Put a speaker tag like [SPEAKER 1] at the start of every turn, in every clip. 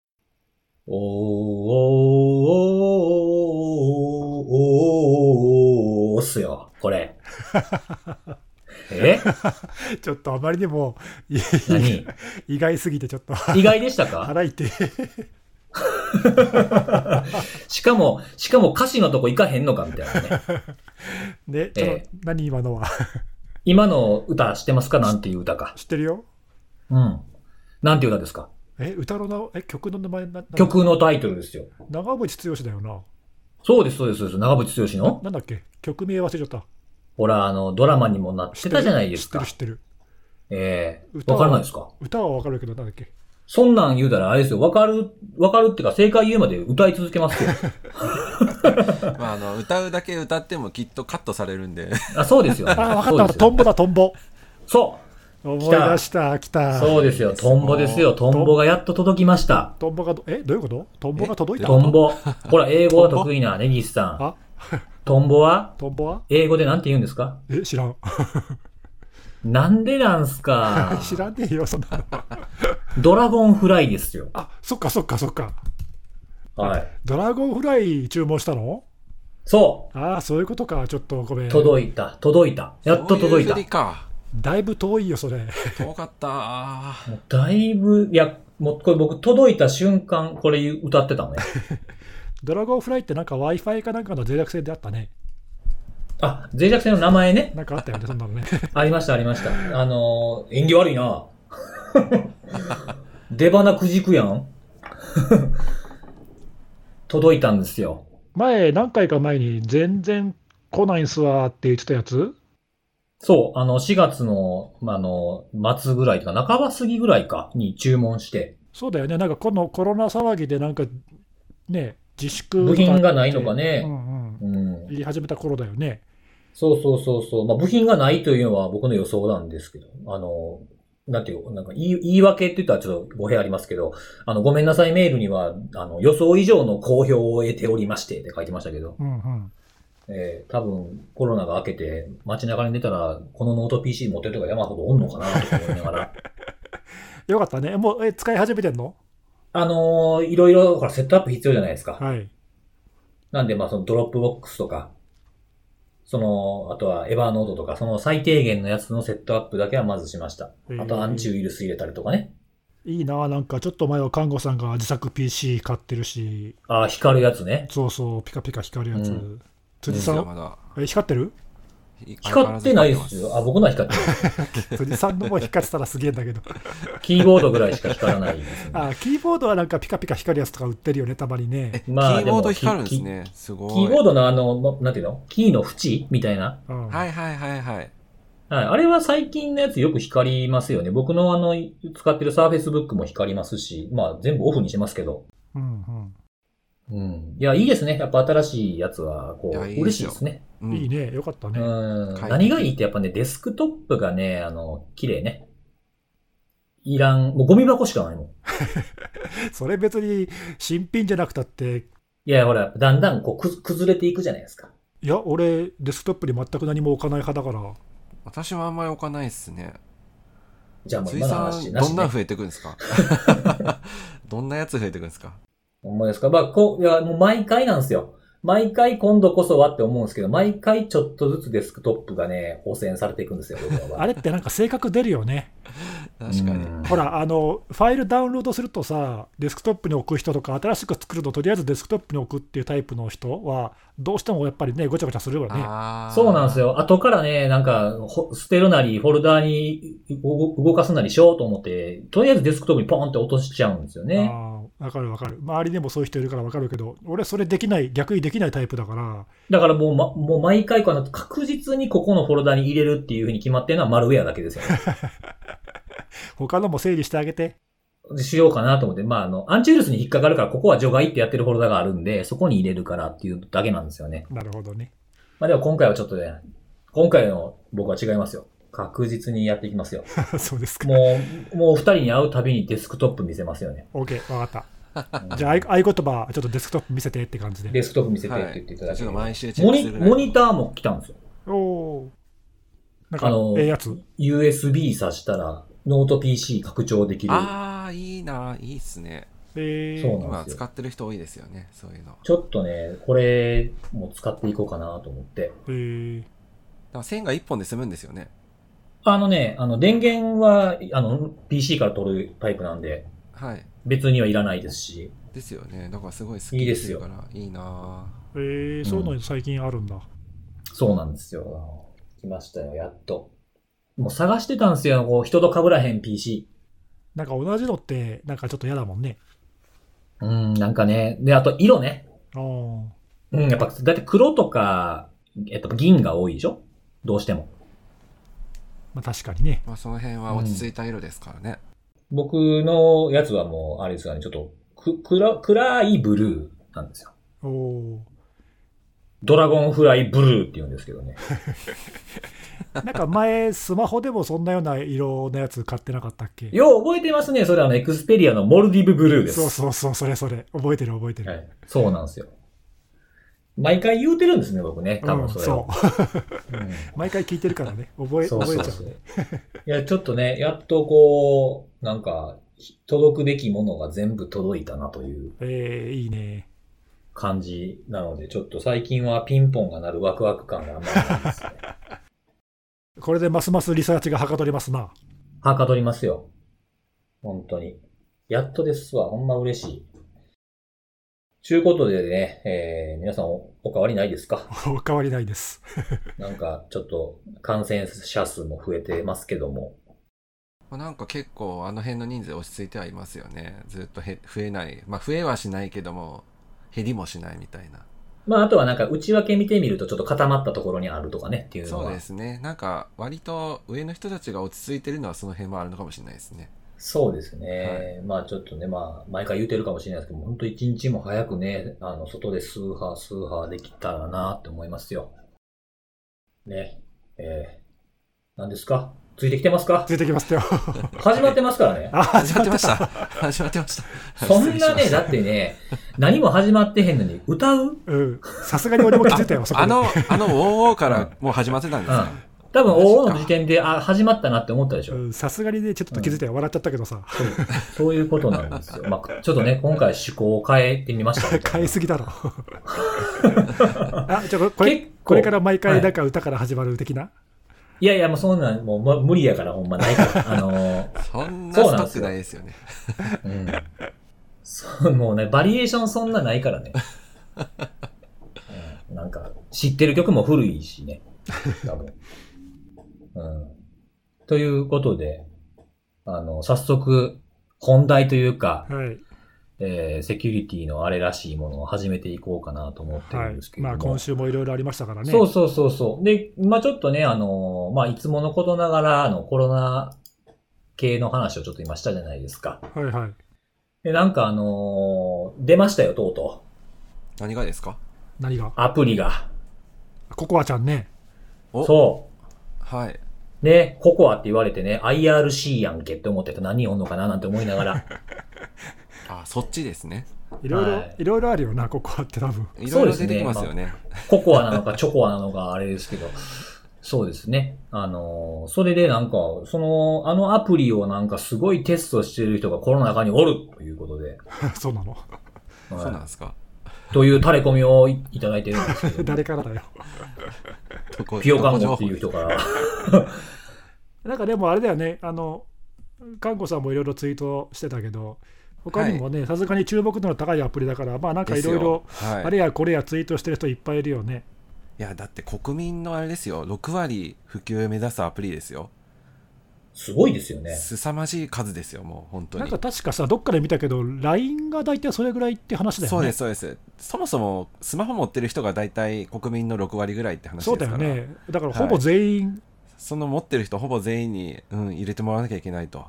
[SPEAKER 1] おーおーおーおーおーおーおーっすよ、これ。え
[SPEAKER 2] ちょっとあまりにもい
[SPEAKER 1] 何
[SPEAKER 2] 意外すぎてちょっと
[SPEAKER 1] 意外でしたか
[SPEAKER 2] 腹いて
[SPEAKER 1] しかも、しかも歌詞のとこ行かへんのかみたいなね。
[SPEAKER 2] ねちょっと、
[SPEAKER 1] ええ
[SPEAKER 2] 何今のは
[SPEAKER 1] 今の歌知ってますかなんていう歌か。
[SPEAKER 2] 知ってるよ
[SPEAKER 1] うん。なんていう歌ですか
[SPEAKER 2] え歌のなえ曲の名前なな
[SPEAKER 1] 曲のタイトルですよ。
[SPEAKER 2] 長渕剛だよな
[SPEAKER 1] そうです、そうです、そうです。長渕剛の
[SPEAKER 2] なんだっけ曲名忘れちゃった
[SPEAKER 1] ほら、あの、ドラマにもなっ
[SPEAKER 2] 知
[SPEAKER 1] てたじゃないです
[SPEAKER 2] 知
[SPEAKER 1] か
[SPEAKER 2] ってる知。ってる
[SPEAKER 1] ええ
[SPEAKER 2] 歌
[SPEAKER 1] わ
[SPEAKER 2] は
[SPEAKER 1] からないですか
[SPEAKER 2] 歌はわかるけどなんだっけ
[SPEAKER 1] そんなん言うたらあれですよ。わかる、わかるっていうか、正解言うまで歌い続けますよ。
[SPEAKER 3] まあ、あの、歌うだけ歌ってもきっとカットされるんで。
[SPEAKER 1] あ、そうですよ、ね。
[SPEAKER 2] あわか
[SPEAKER 1] そ
[SPEAKER 2] っ
[SPEAKER 1] うで
[SPEAKER 2] たわかっ
[SPEAKER 1] す
[SPEAKER 2] た
[SPEAKER 1] よ
[SPEAKER 2] トンボだトンボ
[SPEAKER 1] そ
[SPEAKER 2] 思い
[SPEAKER 1] 来た
[SPEAKER 2] 出した来
[SPEAKER 1] う。
[SPEAKER 2] た
[SPEAKER 1] そうですよ。トンボですよ。トンボがやっと届きました。
[SPEAKER 2] トンボがどえどういうことトンボが届いた
[SPEAKER 1] トンボ。ほら、英語が得意な根岸さん。
[SPEAKER 2] あ
[SPEAKER 1] トンボは
[SPEAKER 2] トンボは
[SPEAKER 1] 英語でなんて言うんですか
[SPEAKER 2] え知らん
[SPEAKER 1] なんでなんすか
[SPEAKER 2] 知らねえよそんなの
[SPEAKER 1] ドラゴンフライですよ。
[SPEAKER 2] あそっかそっかそっか
[SPEAKER 1] はい。
[SPEAKER 2] ドラゴンフライ注文したの
[SPEAKER 1] そ
[SPEAKER 2] ああそういうことかちょっとごめ
[SPEAKER 1] う。
[SPEAKER 2] ん
[SPEAKER 1] 届いた。届いた。やっと
[SPEAKER 3] そう
[SPEAKER 1] 届
[SPEAKER 3] い
[SPEAKER 1] いう
[SPEAKER 3] 振
[SPEAKER 1] た。
[SPEAKER 3] りか。
[SPEAKER 2] だいぶ遠いよそれ
[SPEAKER 3] 遠かった。
[SPEAKER 1] だいぶ、いや、もうこれ僕届いた瞬間、これ歌ってたね。
[SPEAKER 2] ドラゴンフライってなんか w i f i かなんかの脆弱性であったね
[SPEAKER 1] あ、脆弱性の名前ね。
[SPEAKER 2] なんかあったよねそんなのね
[SPEAKER 1] ありました、ありました。あのー、演技悪いな 出花くじくやん 届いたんですよ。
[SPEAKER 2] 前何回か前に全然来ないんすわーって言ってたやつ
[SPEAKER 1] そう、あの、4月の、まああの、末ぐらいとか、半ば過ぎぐらいかに注文して、
[SPEAKER 2] そうだよねなんかこのコロナ騒ぎでなんかね自粛
[SPEAKER 1] 部品がないのかね
[SPEAKER 2] うんうん
[SPEAKER 1] うん。
[SPEAKER 2] 言い始めた頃だよね
[SPEAKER 1] そうそうそうそう。まあ、部品がないというのは僕の予想なんですけど、あの、なんていう、なんか言い言い訳って言ったらちょっと語弊ありますけど、あの、ごめんなさいメールには、あの、予想以上の好評を得ておりましてって書いてましたけど、
[SPEAKER 2] うんうん
[SPEAKER 1] えー、多分コロナが明けて街中に出たら、このノート PC 持ってるとか山ほどおんのかなと思いなが ら、
[SPEAKER 2] よかったねもうえ使い始めてんの
[SPEAKER 1] あのーいろいろ、ほら、セットアップ必要じゃないですか。
[SPEAKER 2] はい
[SPEAKER 1] なんで、まあ、そのドロップボックスとか、その、あとはエヴァーノードとか、その最低限のやつのセットアップだけはまずしました。
[SPEAKER 2] へー
[SPEAKER 1] あとアンチウイルス入れたりとかね。
[SPEAKER 2] いいななんかちょっと前は看護さんが自作 PC 買ってるし
[SPEAKER 1] ああ、光るやつね。
[SPEAKER 2] そうそうピカピカ光るやつ、
[SPEAKER 1] うん
[SPEAKER 2] 辻さ
[SPEAKER 3] まだ
[SPEAKER 2] ん
[SPEAKER 3] まだ。
[SPEAKER 2] え光ってる
[SPEAKER 1] 光ってないですよ。あ、僕のは光ってる。
[SPEAKER 2] 辻さんのも光ってたらすげえんだけど
[SPEAKER 1] キーボードぐらいしか光らないです、ね。
[SPEAKER 2] あキーボードはなんかピカピカ光るやつとか売ってるよねたまにね
[SPEAKER 3] え、
[SPEAKER 1] まあ
[SPEAKER 3] キーボード
[SPEAKER 1] でも
[SPEAKER 3] 光るんですね。すごい。
[SPEAKER 1] キーボードのあの、まなんていうのキーの縁みたいな。
[SPEAKER 2] うん
[SPEAKER 3] はいはいはいはい。
[SPEAKER 1] はい。あれは最近のやつよく光りますよね。僕のあの、使ってるサーフェイスブックも光りますし、まあ全部オフにしますけど。
[SPEAKER 2] うん
[SPEAKER 1] うん。いや、いいですね。やっぱ新しいやつは、こ、
[SPEAKER 3] いうやいいですよ
[SPEAKER 1] 嬉しいですね。
[SPEAKER 3] う
[SPEAKER 2] うんん、いいねよかったね、
[SPEAKER 1] う
[SPEAKER 3] 快
[SPEAKER 1] ん。
[SPEAKER 3] 適
[SPEAKER 1] 何がいいってやっぱね、デスクトップがね、あの、綺麗ね。いらん、もうゴミ箱しかないもん。
[SPEAKER 2] それ別に新品じゃなくたって
[SPEAKER 1] いや、ほら、だんだんこう、くず崩れていくじゃないですか。
[SPEAKER 2] いや俺デスクトップに全く何も置かない派だから
[SPEAKER 3] 私はあんまり置かないですね。
[SPEAKER 1] じゃあもう
[SPEAKER 3] 辻
[SPEAKER 1] 今の
[SPEAKER 3] さ
[SPEAKER 1] 話
[SPEAKER 3] ん、
[SPEAKER 1] な
[SPEAKER 3] ど
[SPEAKER 1] し、
[SPEAKER 3] ん
[SPEAKER 1] ね
[SPEAKER 3] な。増えてくんですか どんなやつ増えてくんですか
[SPEAKER 1] ほんまですかまあ、こう、いや、もう毎回なんですよ。毎回今度こそはって思うんですけど、毎回ちょっとずつデスクトップがね、汚染されていくんですよ、僕らは。
[SPEAKER 2] あれってなんか性格出るよね
[SPEAKER 3] 確かに
[SPEAKER 1] う。ん
[SPEAKER 2] ほ ら、あの、ファイルダウンロードするとさ、デスクトップに置く人とか、新しく作ると、とりあえずデスクトップに置くっていうタイプの人は、どうしてもやっぱりね、ごちゃごちゃするよね。
[SPEAKER 3] あー
[SPEAKER 1] そうなんです。よ。後からね、なんか、ほ捨てるなり、フォルダーに動動かすなりしようと思って、とりあえずデスクトップにポンって落としちゃうんですよね。
[SPEAKER 2] あーわかるわかる。周りでもそういう人いるからわかるけど、俺、それできない、逆にできないタイプだから、
[SPEAKER 1] だからもう、ま、もう毎回こうあの、確実にここのフォルダーに入れるっていうふうに決まってるのはマルウェアだけですよね。
[SPEAKER 2] 他のも整理してあげて、
[SPEAKER 1] しようかなと思って、まあ、あの、アンチウイルスに引っかかるから、ここは除外ってやってるフォルダがあるんで、そこに入れるからっていうだけなんですよね。
[SPEAKER 2] なるほどね。
[SPEAKER 1] まあ、でも今回はちょっとね、今回の僕は違いますよ。確実にやっていきますよ。
[SPEAKER 2] そうですか。
[SPEAKER 1] もう、 もう二人に会うたびにデスクトップ見せますよね。
[SPEAKER 2] OK、わかった。じゃあ、合合言葉、ちょっとデスクトップ見せてって感じで。
[SPEAKER 1] デスクトップ見せてっ
[SPEAKER 3] は
[SPEAKER 1] て
[SPEAKER 3] い
[SPEAKER 1] 言っていただい
[SPEAKER 3] ち
[SPEAKER 1] て、
[SPEAKER 3] ょっと毎週チェッ
[SPEAKER 1] モ
[SPEAKER 3] ク
[SPEAKER 1] ニ
[SPEAKER 3] する
[SPEAKER 1] モニターも来たんですよ。
[SPEAKER 2] おおー。なん
[SPEAKER 1] あ
[SPEAKER 2] か
[SPEAKER 1] の、
[SPEAKER 2] ええやつ。
[SPEAKER 1] USB 挿したら、ノート PC 拡張できる。
[SPEAKER 3] ああ、いいな、いいっすね。
[SPEAKER 2] えー
[SPEAKER 1] そうなん
[SPEAKER 3] 今
[SPEAKER 1] ですよ
[SPEAKER 3] 使ってる人多いですよね、そういうの。だか
[SPEAKER 1] ちょっとね、これも使っていこうかなと思って。
[SPEAKER 2] えー
[SPEAKER 3] ら線が1本で済むんですよね。
[SPEAKER 1] あのね、あの、電源は、あの、PC から取るタイプなんで、
[SPEAKER 3] はい。
[SPEAKER 1] 別にはいらないですし、
[SPEAKER 3] ですよね。だからすごい好きでするから、いいな
[SPEAKER 2] えーそういうの最近あるんだ。
[SPEAKER 1] そうなんですよ。来ましたよ、やっと。もう探してたんですよ、こう、人と被らへん PC。
[SPEAKER 2] なんか同じのって、なんかちょっと嫌だもんね。
[SPEAKER 1] うん、なんかね。で、あと、色ね。
[SPEAKER 2] あー
[SPEAKER 1] うん、やっぱ、だって黒とか、えっと、銀が多いでしょどうしても。
[SPEAKER 2] まあ、確かにね。
[SPEAKER 3] まあその辺は落ち着いた色ですからね。
[SPEAKER 1] 僕のやつはもう、あれですがね、ちょっと、く、暗、暗いブルーなんですよ。
[SPEAKER 2] おお
[SPEAKER 1] ドラゴンフライブルーって言うんですけどね。
[SPEAKER 2] ーなんか 前、スマホでもそんなような色のやつ買ってなかったっけ
[SPEAKER 1] よう覚えてますね。それあの、エクスペリアのモルディブブルーです。
[SPEAKER 2] そうそうそう、それそれ。覚えてる覚えてる。
[SPEAKER 1] はい。そうなんですよ。毎回言うてるんですね、僕ね。多
[SPEAKER 2] うん
[SPEAKER 1] 分それを。
[SPEAKER 2] そう。
[SPEAKER 1] うん
[SPEAKER 2] 毎回聞いてるからね。覚え、
[SPEAKER 1] そうそ
[SPEAKER 2] 覚え
[SPEAKER 1] う
[SPEAKER 2] ちゃ
[SPEAKER 1] そうう
[SPEAKER 2] ね。。
[SPEAKER 1] いや、ちょっとね、やっとこう、なんか、届くべきものが全部届いたなという
[SPEAKER 2] えー、いいね。
[SPEAKER 1] 感じなので、ちょっと最近はピンポンが鳴るワクワク感があんまりないです ね。
[SPEAKER 2] これでますますリサーチがはかどりますな。
[SPEAKER 1] はかどりますよ。本当に。やっとですわ。ほんま嬉しい。ちゅうことでね、えー、皆さんおお変わりないですか
[SPEAKER 2] お変わりないです。
[SPEAKER 1] なんか、ちょっと、感染者数も増えてますけども。
[SPEAKER 3] まあ、なんか結構あの辺の人数落ち着いてはいますよね。ずっとへ増えない。まあ増えはしないけども、減りもしないみたいな。
[SPEAKER 1] まあ、あとはなんか、内訳見てみると、ちょっと固まったところにあるとかね、っていうのは。
[SPEAKER 3] そうですね。なんか割と上の人たちが落ち着いてるのはその辺もあるのかもしれないですね。
[SPEAKER 1] そうですね。
[SPEAKER 3] は
[SPEAKER 1] まあ、ちょっとね、まあ、毎回言うてるかもしれないですけど、本当一日も早くね、あの、外でスーハースーハーできたらなって思いますよ。ね。えー、何ですかついてきてますか
[SPEAKER 2] ついてきま すよ。
[SPEAKER 1] 始まってますからね。
[SPEAKER 2] あ、
[SPEAKER 3] 始
[SPEAKER 2] 始
[SPEAKER 3] ま
[SPEAKER 2] ま
[SPEAKER 3] っ
[SPEAKER 2] ってて
[SPEAKER 3] ま
[SPEAKER 2] ました
[SPEAKER 3] し。
[SPEAKER 2] た。
[SPEAKER 3] 始まってました。
[SPEAKER 1] そ
[SPEAKER 3] 失
[SPEAKER 1] ん
[SPEAKER 3] 礼し
[SPEAKER 1] な
[SPEAKER 3] ま
[SPEAKER 1] ね、
[SPEAKER 3] した
[SPEAKER 1] だってね、何も始まってへんのに、歌ううん。
[SPEAKER 2] うん。さすがに俺も気づいたよ、そこで。
[SPEAKER 3] あの、あの、ウォーウォーからもう始まってたんですか、
[SPEAKER 1] 多分、おおの時点で、あ、始まったなって思ったでしょ
[SPEAKER 2] う。んさすがにね、ちょっと気づいたよ。笑っちゃったけどさ。
[SPEAKER 1] そういうことなんですよ。まあ、ちょっとね、今回趣向を変えてみましたけど。
[SPEAKER 2] 買いすぎ だろ。あ、ち ょ、こ
[SPEAKER 1] 結
[SPEAKER 2] れ
[SPEAKER 1] 構、
[SPEAKER 2] これから毎
[SPEAKER 1] はい
[SPEAKER 2] 回、なんか歌から始まる的な。
[SPEAKER 1] いやいや、もうそんなん、もうま無理やから、ほんまないから。あのー
[SPEAKER 3] そんな
[SPEAKER 1] そう
[SPEAKER 3] ス
[SPEAKER 1] な
[SPEAKER 3] ト
[SPEAKER 1] んで
[SPEAKER 3] ッ
[SPEAKER 1] す
[SPEAKER 3] ク
[SPEAKER 1] よ
[SPEAKER 3] ないですよね。
[SPEAKER 1] うん。 そう、もうね、バリエーションそんなないからね。うんなんか、知ってる曲も古いしね。多分。うん。ということで、あの、早速、本題というか、
[SPEAKER 2] はい。
[SPEAKER 1] えーセキュリティのあれらしいものを始めていこうかなと思って
[SPEAKER 2] は
[SPEAKER 1] るん
[SPEAKER 2] い
[SPEAKER 1] です。けれども。
[SPEAKER 2] まあ、今週もいろいろありましたからね。
[SPEAKER 1] そうそうそうそう。で、まあちょっとね、あの、まあいつものことながら、あの、コロナ系の話をちょっと今したじゃないですか。
[SPEAKER 2] はいはい。
[SPEAKER 1] で、なんかあのー出ましたよ、とうとう。
[SPEAKER 3] 何がですか
[SPEAKER 2] 何が
[SPEAKER 1] アプリが。
[SPEAKER 2] ココアちゃんね。
[SPEAKER 3] お
[SPEAKER 1] そ
[SPEAKER 3] はい。
[SPEAKER 1] う。ね、ココアって言われてね、IRC やんけって思ってた何おんのかななんて思いなが ら。
[SPEAKER 3] あ、そっちですね。
[SPEAKER 2] いろいろ
[SPEAKER 1] はい、
[SPEAKER 2] いろいろあるよな、ココアって多分。
[SPEAKER 3] いろいろ
[SPEAKER 1] そうですね
[SPEAKER 3] 出てきますよね。
[SPEAKER 1] ココアなのかチョコアなのかあれですけど。そうですね。あのーそれでなんか、その、あのアプリをなんかすごいテストしてる人がコロナ禍におるということで。
[SPEAKER 2] そうなの。
[SPEAKER 1] はい
[SPEAKER 3] そうなんですか。
[SPEAKER 1] という垂れ込みをいいただいてるんですけ ど。
[SPEAKER 2] 誰からだよ。
[SPEAKER 3] どこ
[SPEAKER 1] ピオカンゴ
[SPEAKER 3] どこ
[SPEAKER 1] っていう人から。
[SPEAKER 2] なんかでもあれだよね、あの、看護さんもいろいろツイートしてたけど、他にもね、さすがに注目度の高いアプリだから、まあなんかい
[SPEAKER 3] です
[SPEAKER 2] ろい
[SPEAKER 3] よ
[SPEAKER 2] ろ、
[SPEAKER 3] はい
[SPEAKER 2] あれやこれやツイートしてる人いっぱいいるよね。
[SPEAKER 3] いや、だって国民のあれですよ。6割普及目指すアプリですよ。
[SPEAKER 1] すごいですよね。
[SPEAKER 3] 凄まじい数ですよ、もう本当
[SPEAKER 2] なん
[SPEAKER 3] に
[SPEAKER 2] か。確かさ、どっかで見たけど、LINE が大体それぐらいって話だよね。
[SPEAKER 3] そうです、そうです。そもそもスマホ持ってる人が大体国民の6割ぐらいって話
[SPEAKER 2] そう
[SPEAKER 3] で
[SPEAKER 2] だ
[SPEAKER 3] すか
[SPEAKER 2] よ
[SPEAKER 3] ら、
[SPEAKER 2] ね。だからほぼ全員、
[SPEAKER 3] その持ってる人ほぼ全員に、うん、入れてもらわなきゃいけないと。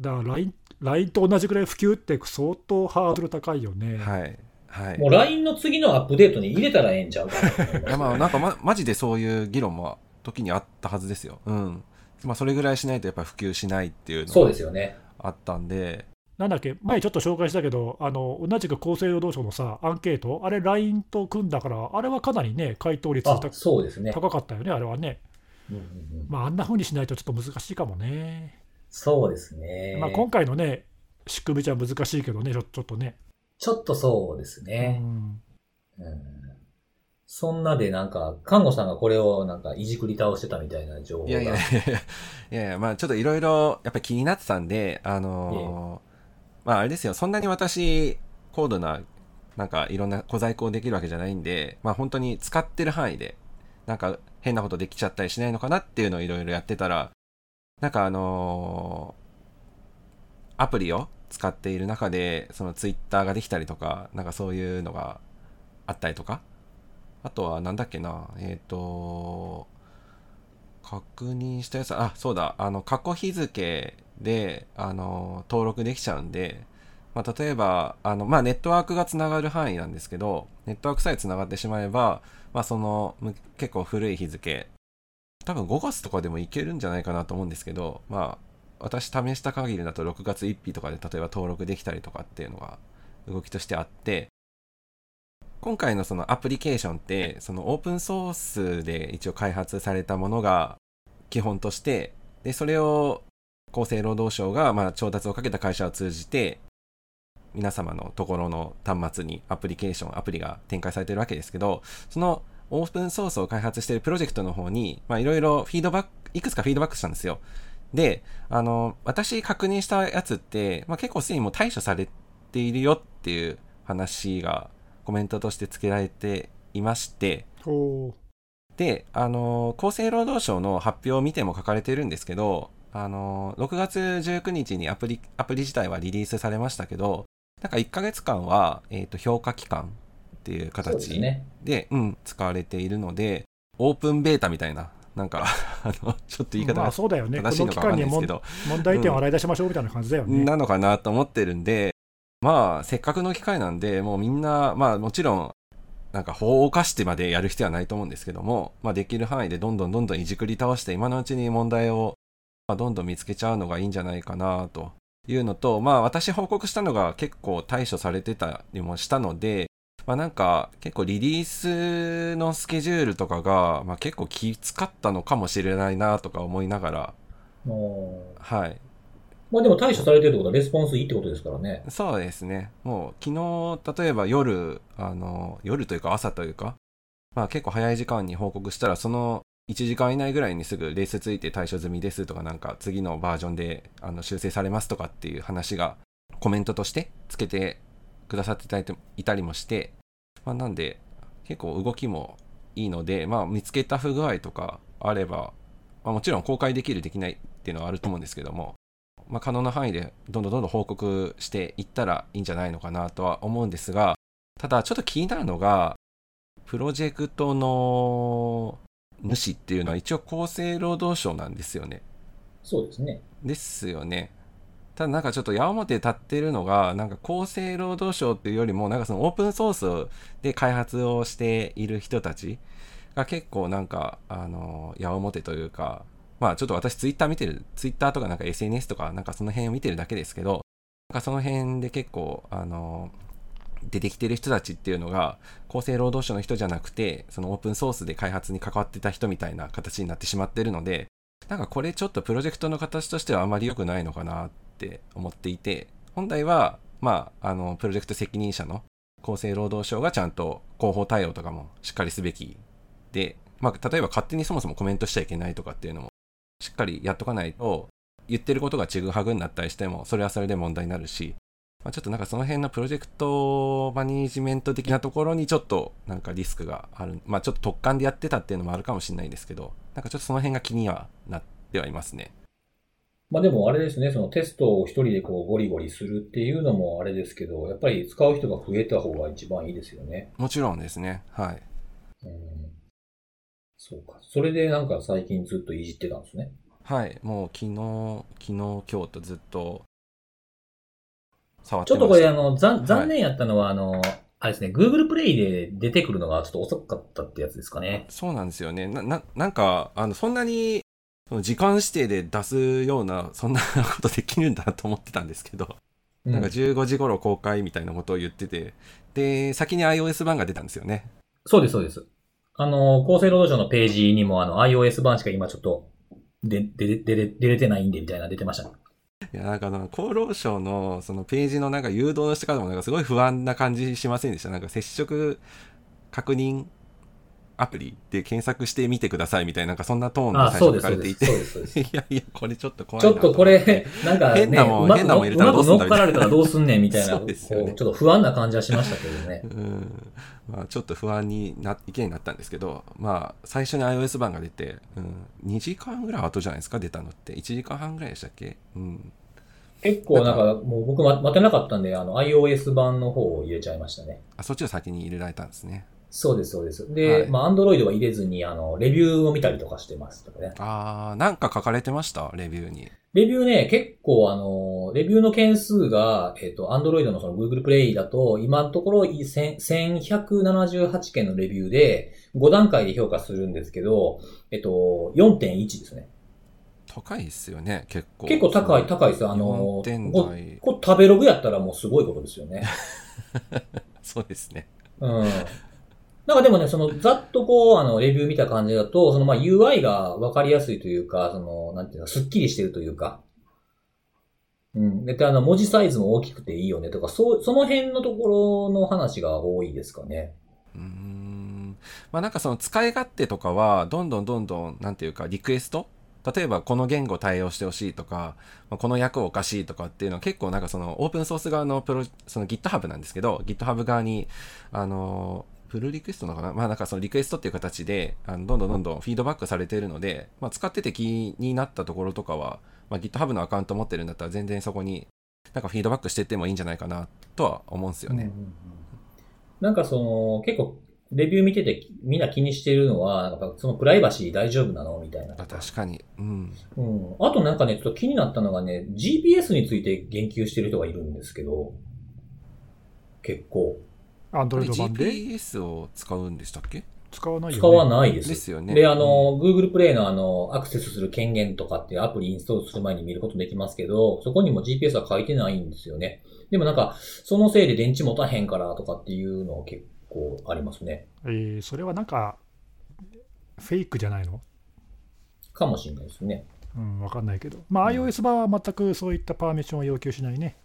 [SPEAKER 2] だから LINE, LINE と同じぐらい普及って相当ハードル高いよね。
[SPEAKER 3] はい。はい。
[SPEAKER 1] もう LINE の次のアップデートに入れたらええんちゃうか
[SPEAKER 3] いやまあなんかま、マジでそういう議論も時にあったはずですよ。うん。まあそれぐらいしないとやっぱ普及しないっていう
[SPEAKER 1] そう
[SPEAKER 3] の
[SPEAKER 1] で
[SPEAKER 3] が
[SPEAKER 1] すよね。
[SPEAKER 3] あったんで、
[SPEAKER 2] なんだっけ、前ちょっと紹介したけど、あの同じく厚生労働省のさ、アンケート、あれ、LINE と組んだから、あれはかなりね、回答率
[SPEAKER 1] あ
[SPEAKER 2] た、
[SPEAKER 1] そうですね。
[SPEAKER 2] 高かったよね、あれはね。
[SPEAKER 1] うんうんうん
[SPEAKER 2] まあ、あんな風にしないとちょっと難しいかもね。
[SPEAKER 1] そうですね。
[SPEAKER 2] まあ、今回のね、仕組みじゃ難しいけどね、ちょちょっとね。
[SPEAKER 1] ちょっとそうです
[SPEAKER 2] う
[SPEAKER 1] ね。
[SPEAKER 2] ん、
[SPEAKER 1] うんそんなでなんか、看護さんがこれをなんかいじくり倒してたみたいな情報が。
[SPEAKER 3] いやいやいやいやいやいや、まあちょっといろいろやっぱり気になってたんで、あのーまああれですよ、そんなに私、高度な、なんかいろんな小細工をできるわけじゃないんで、まあ本当に使ってる範囲で、なんか変なことできちゃったりしないのかなっていうのをいろいろやってたら、なんかあのーアプリを使っている中で、そのツイッターができたりとか、なんかそういうのがあったりとか、あとはなんだっけな、えっ、と確認したやつあそうだあの過去日付であの登録できちゃうんで、まあ、例えばあの、まあ、ネットワークがつながる範囲なんですけどネットワークさえつながってしまえば、まあ、そのむ結構古い日付多分5月とかでもいけるんじゃないかなと思うんですけど、まあ、私試した限りだと6月1日とかで例えば登録できたりとかっていうのが動きとしてあって今回のそのアプリケーションってそのオープンソースで一応開発されたものが基本としてでそれを厚生労働省がまあ調達をかけた会社を通じて皆様のところの端末にアプリケーションアプリが展開されてるわけですけどそのオープンソースを開発しているプロジェクトの方にまあいろいろフィードバックいくつかフィードバックしたんですよであの私確認したやつって、まあ、結構すでにもう対処されているよっていう話がコメントとして付けられていまして
[SPEAKER 2] ほ
[SPEAKER 3] で、あの、厚生労働省の発表を見ても書かれてるんですけど、あの、6月19日にアプリ、アプリ自体はリリースされましたけど、なんか1ヶ月間は、えっ、と、評価期間っていう
[SPEAKER 1] そうで
[SPEAKER 3] 形
[SPEAKER 1] すね。
[SPEAKER 3] で、うん、使われているので、オープンベータみたいな、なんか、あの、ちょっと
[SPEAKER 2] う
[SPEAKER 3] 言い方
[SPEAKER 2] まあ
[SPEAKER 3] が
[SPEAKER 2] そうだよね、こ
[SPEAKER 3] 正
[SPEAKER 2] の期
[SPEAKER 3] しいのかわか
[SPEAKER 2] 間
[SPEAKER 3] ん
[SPEAKER 2] に
[SPEAKER 3] ないです
[SPEAKER 2] も
[SPEAKER 3] けど、
[SPEAKER 2] 問題点を洗い出しましょうみたいな感じだよね。
[SPEAKER 3] なのかなと思ってるんで、まあ、せっかくの機会なんで、もうみんな、まあもちろん、なんか法を犯してまでやる必要はないと思うんですけども、まあできる範囲でどんどんどんどんいじくり倒して、今のうちに問題を、まあ、どんどん見つけちゃうのがいいんじゃないかなというのと、まあ私報告したのが結構対処されてたりもしたので、まあなんか結構リリースのスケジュールとかが、まあ結構きつかったのかもしれないなとか思いながら、
[SPEAKER 1] もう
[SPEAKER 3] はい、
[SPEAKER 1] まあでも対処されてるってことはレスポンスいいってことですからね。
[SPEAKER 3] そうですね。もう昨日、例えば夜、あの、夜というか朝というか、まあ結構早い時間に報告したら、その1時間以内ぐらいにすぐレースついて対処済みですとか、なんか次のバージョンであの修正されますとかっていう話がコメントとしてつけてくださっていただいていたりもして、まあなんで結構動きもいいので、まあ見つけた不具合とかあれば、まあもちろん公開できるできないっていうのはあると思うんですけども、まあ、可能な範囲でどんどんどんどん報告していったらいいんじゃないのかなとは思うんですが、ただちょっと気になるのが、プロジェクトの主っていうのは一応厚生労働省なんですよね。
[SPEAKER 1] そうですね。
[SPEAKER 3] ですよね。ただなんかちょっと矢面立ってるのが、なんか厚生労働省っていうよりも、なんかそのオープンソースで開発をしている人たちが結構なんか、あの、矢面というか、まあちょっと私ツイッター見てる、ツイッターとかなんか SNS とかなんかその辺を見てるだけですけど、なんかその辺で結構、あの、出てきてる人たちっていうのが、厚生労働省の人じゃなくて、そのオープンソースで開発に関わってた人みたいな形になってしまってるので、なんかこれちょっとプロジェクトの形としてはあまり良くないのかなって思っていて、本来は、まあ、あの、プロジェクト責任者の厚生労働省がちゃんと広報対応とかもしっかりすべきで、まあ、例えば勝手にそもそもコメントしちゃいけないとかっていうのもしっかりやっとかないと、言ってることがちぐはぐになったりしても、それはそれで問題になるし、まあ、ちょっとなんかその辺のプロジェクトマネージメント的なところにちょっとなんかリスクがある。まあちょっと突貫でやってたっていうのもあるかもしれないですけど、なんかちょっとその辺が気にはなってはいますね。
[SPEAKER 1] まあでもあれですね、そのテストを一人でこうゴリゴリするっていうのもあれですけど、やっぱり使う人が増えた方が一番いいですよね。
[SPEAKER 3] もちろんですね。はい。
[SPEAKER 1] うん。そうか。それでなんか最近ずっといじってたんですね。
[SPEAKER 3] はい。もう昨日、昨日、今日とずっと触っ
[SPEAKER 1] ち
[SPEAKER 3] て
[SPEAKER 1] ょっ
[SPEAKER 3] ま
[SPEAKER 1] とこ
[SPEAKER 3] した。
[SPEAKER 1] れあの、
[SPEAKER 3] は
[SPEAKER 1] 残
[SPEAKER 3] い
[SPEAKER 1] 残念やったのはあの、あれですね、Google プレイで出てくるのがちょっと遅かったってやつですかね。
[SPEAKER 3] そうなんですよね。な、な、なんか、あの、そんなに、その時間指定で出すような、そんなことできるんだと思ってたんですけど。
[SPEAKER 1] うん
[SPEAKER 3] なんか15時頃公開みたいなことを言ってて、で、先に iOS 版が出たんですよね。
[SPEAKER 1] そうです、そうです。あの、厚生労働省のページにも、あの、iOS 版しか今ちょっと、で、で、で、で、出れてないんで、みたいなの出てましたね。
[SPEAKER 3] いや、なんかあの、厚労省のそのページのなんか誘導の仕方もなんかすごい不安な感じしませんでした。なんか接触確認アプリで検索してみてくださいみたいな、なんかそんなトーン
[SPEAKER 1] あ
[SPEAKER 3] が
[SPEAKER 1] あ、
[SPEAKER 3] 最
[SPEAKER 1] そう
[SPEAKER 3] 初
[SPEAKER 1] で
[SPEAKER 3] 書
[SPEAKER 1] す、
[SPEAKER 3] か
[SPEAKER 1] そう
[SPEAKER 3] れてい
[SPEAKER 1] で
[SPEAKER 3] て
[SPEAKER 1] す。。そうですそうです。
[SPEAKER 3] いやいや、これちょっと怖い
[SPEAKER 1] ち
[SPEAKER 3] な
[SPEAKER 1] ょっとこれ、なんか、ね、
[SPEAKER 3] 変なもん
[SPEAKER 1] うまく
[SPEAKER 3] 変なもん入れた
[SPEAKER 1] う
[SPEAKER 3] ら
[SPEAKER 1] ま
[SPEAKER 3] ど
[SPEAKER 1] く
[SPEAKER 3] うす
[SPEAKER 1] 乗っ
[SPEAKER 3] んだみたいな
[SPEAKER 1] かられたらどうすんねんみたいな、
[SPEAKER 3] そうですよね
[SPEAKER 1] こうちょっと不安な感じはしましたけどね。
[SPEAKER 3] うんまあ、ちょっと不安にな意見になったんですけど、まあ、最初に iOS 版が出て、うん、2時間ぐらい後じゃないですか出たのって1時間半ぐらいでしたっけ、うん、
[SPEAKER 1] 結構なんか、もう僕ま待てなかったんで、あの、iOS 版の方を入れちゃいましたね。
[SPEAKER 3] あそっちを先に入れられたんですね
[SPEAKER 1] そうです、そうです。で、
[SPEAKER 3] はい
[SPEAKER 1] まあ、アンドロイドは入れずに、あの、レビューを見たりとかしてますとかね。
[SPEAKER 3] あーなんか書かれてましたレビューに
[SPEAKER 1] レビューね、結構あの、レビューの件数が、えっ、と、アンドロイドのその Google プレイだと、今のところ1000 1178件のレビューで、5段階で評価するんですけど、えっ、と、4.1ですね。
[SPEAKER 3] 高いですよね結構
[SPEAKER 1] 結構高い、
[SPEAKER 3] その
[SPEAKER 1] 高いです。あの
[SPEAKER 3] 4、点
[SPEAKER 1] こ
[SPEAKER 3] 台
[SPEAKER 1] こ食べログやったらもうすごいことですよね。
[SPEAKER 3] そうですね
[SPEAKER 1] うん。なんかでもね、その、ざっとこう、あの、レビュー見た感じだと、その、まあ、UI が分かりやすいというか、その、なんていうの、スッキリしてるというか、うん。で、あの、文字サイズも大きくていいよねとか、そう、その辺のところの話が多いですかね。
[SPEAKER 3] うーんまあなんかその使い勝手とかはどんどんどんどんなんていうかリクエスト例えばこの言語対応してほしいとか、まあこの役おかしいとかっていうのは結構なんかそのオープンソース側のプロ、その GitHub なんですけど GitHub 側にあのプルリクエストなのかなまあなんかそのリクエストっていう形であのどんどんどんどんフィードバックされているので、まあ使ってて気になったところとかは、まあ GitHub のアカウント持ってるんだったら全然そこになんかフィードバックしてってもいいんじゃないかなとは思うんですよね。
[SPEAKER 1] うんうんうんなんかその、結構、レビュー見ててみんな気にしてるのは、なんかそのプライバシー大丈夫なのみたいな。
[SPEAKER 3] あ確かに。うん。
[SPEAKER 1] うん。あとなんかね、ちょっと気になったのがね、GPS について言及してる人がいるんですけど、結構、
[SPEAKER 2] アンドロイド版で
[SPEAKER 3] GPS を使うんでしたっけ
[SPEAKER 2] 使わないよ、ね。
[SPEAKER 1] 使わないです。
[SPEAKER 3] ですよね。
[SPEAKER 1] で、あの、Google プレイのあの、アクセスする権限とかっていうアプリインストールする前に見ることできますけど、そこにも GPS は書いてないんですよね。でもなんか、そのせいで電池持たへんからとかっていうの結構ありますね。
[SPEAKER 2] えーそれはなんか、フェイクじゃないの
[SPEAKER 1] かもしれないですね。
[SPEAKER 2] うん、わかんないけど。まあ、
[SPEAKER 3] うん
[SPEAKER 2] iOS 版は全くそういったパーミッションを要求しないね。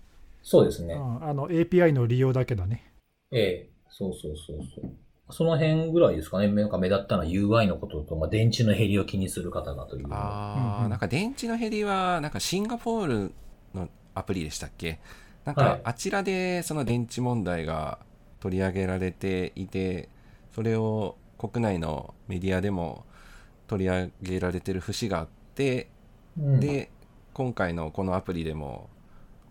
[SPEAKER 1] そうですね。
[SPEAKER 2] うん、あの API の利用だけだね。
[SPEAKER 1] ええ、そうそうそうそう。その辺ぐらいですかね。なんか目立ったのは UI のことと、まあ、電池の減りを気にする方がという。
[SPEAKER 3] あ
[SPEAKER 2] うん
[SPEAKER 3] ー
[SPEAKER 2] うん
[SPEAKER 3] なんか電池の減りは、なんかシンガポールのアプリでしたっけなん
[SPEAKER 1] はい
[SPEAKER 3] かあちらでその電池問題が取り上げられていて、それを国内のメディアでも取り上げられてる節があって、
[SPEAKER 1] うん、
[SPEAKER 3] で、今回のこのアプリでも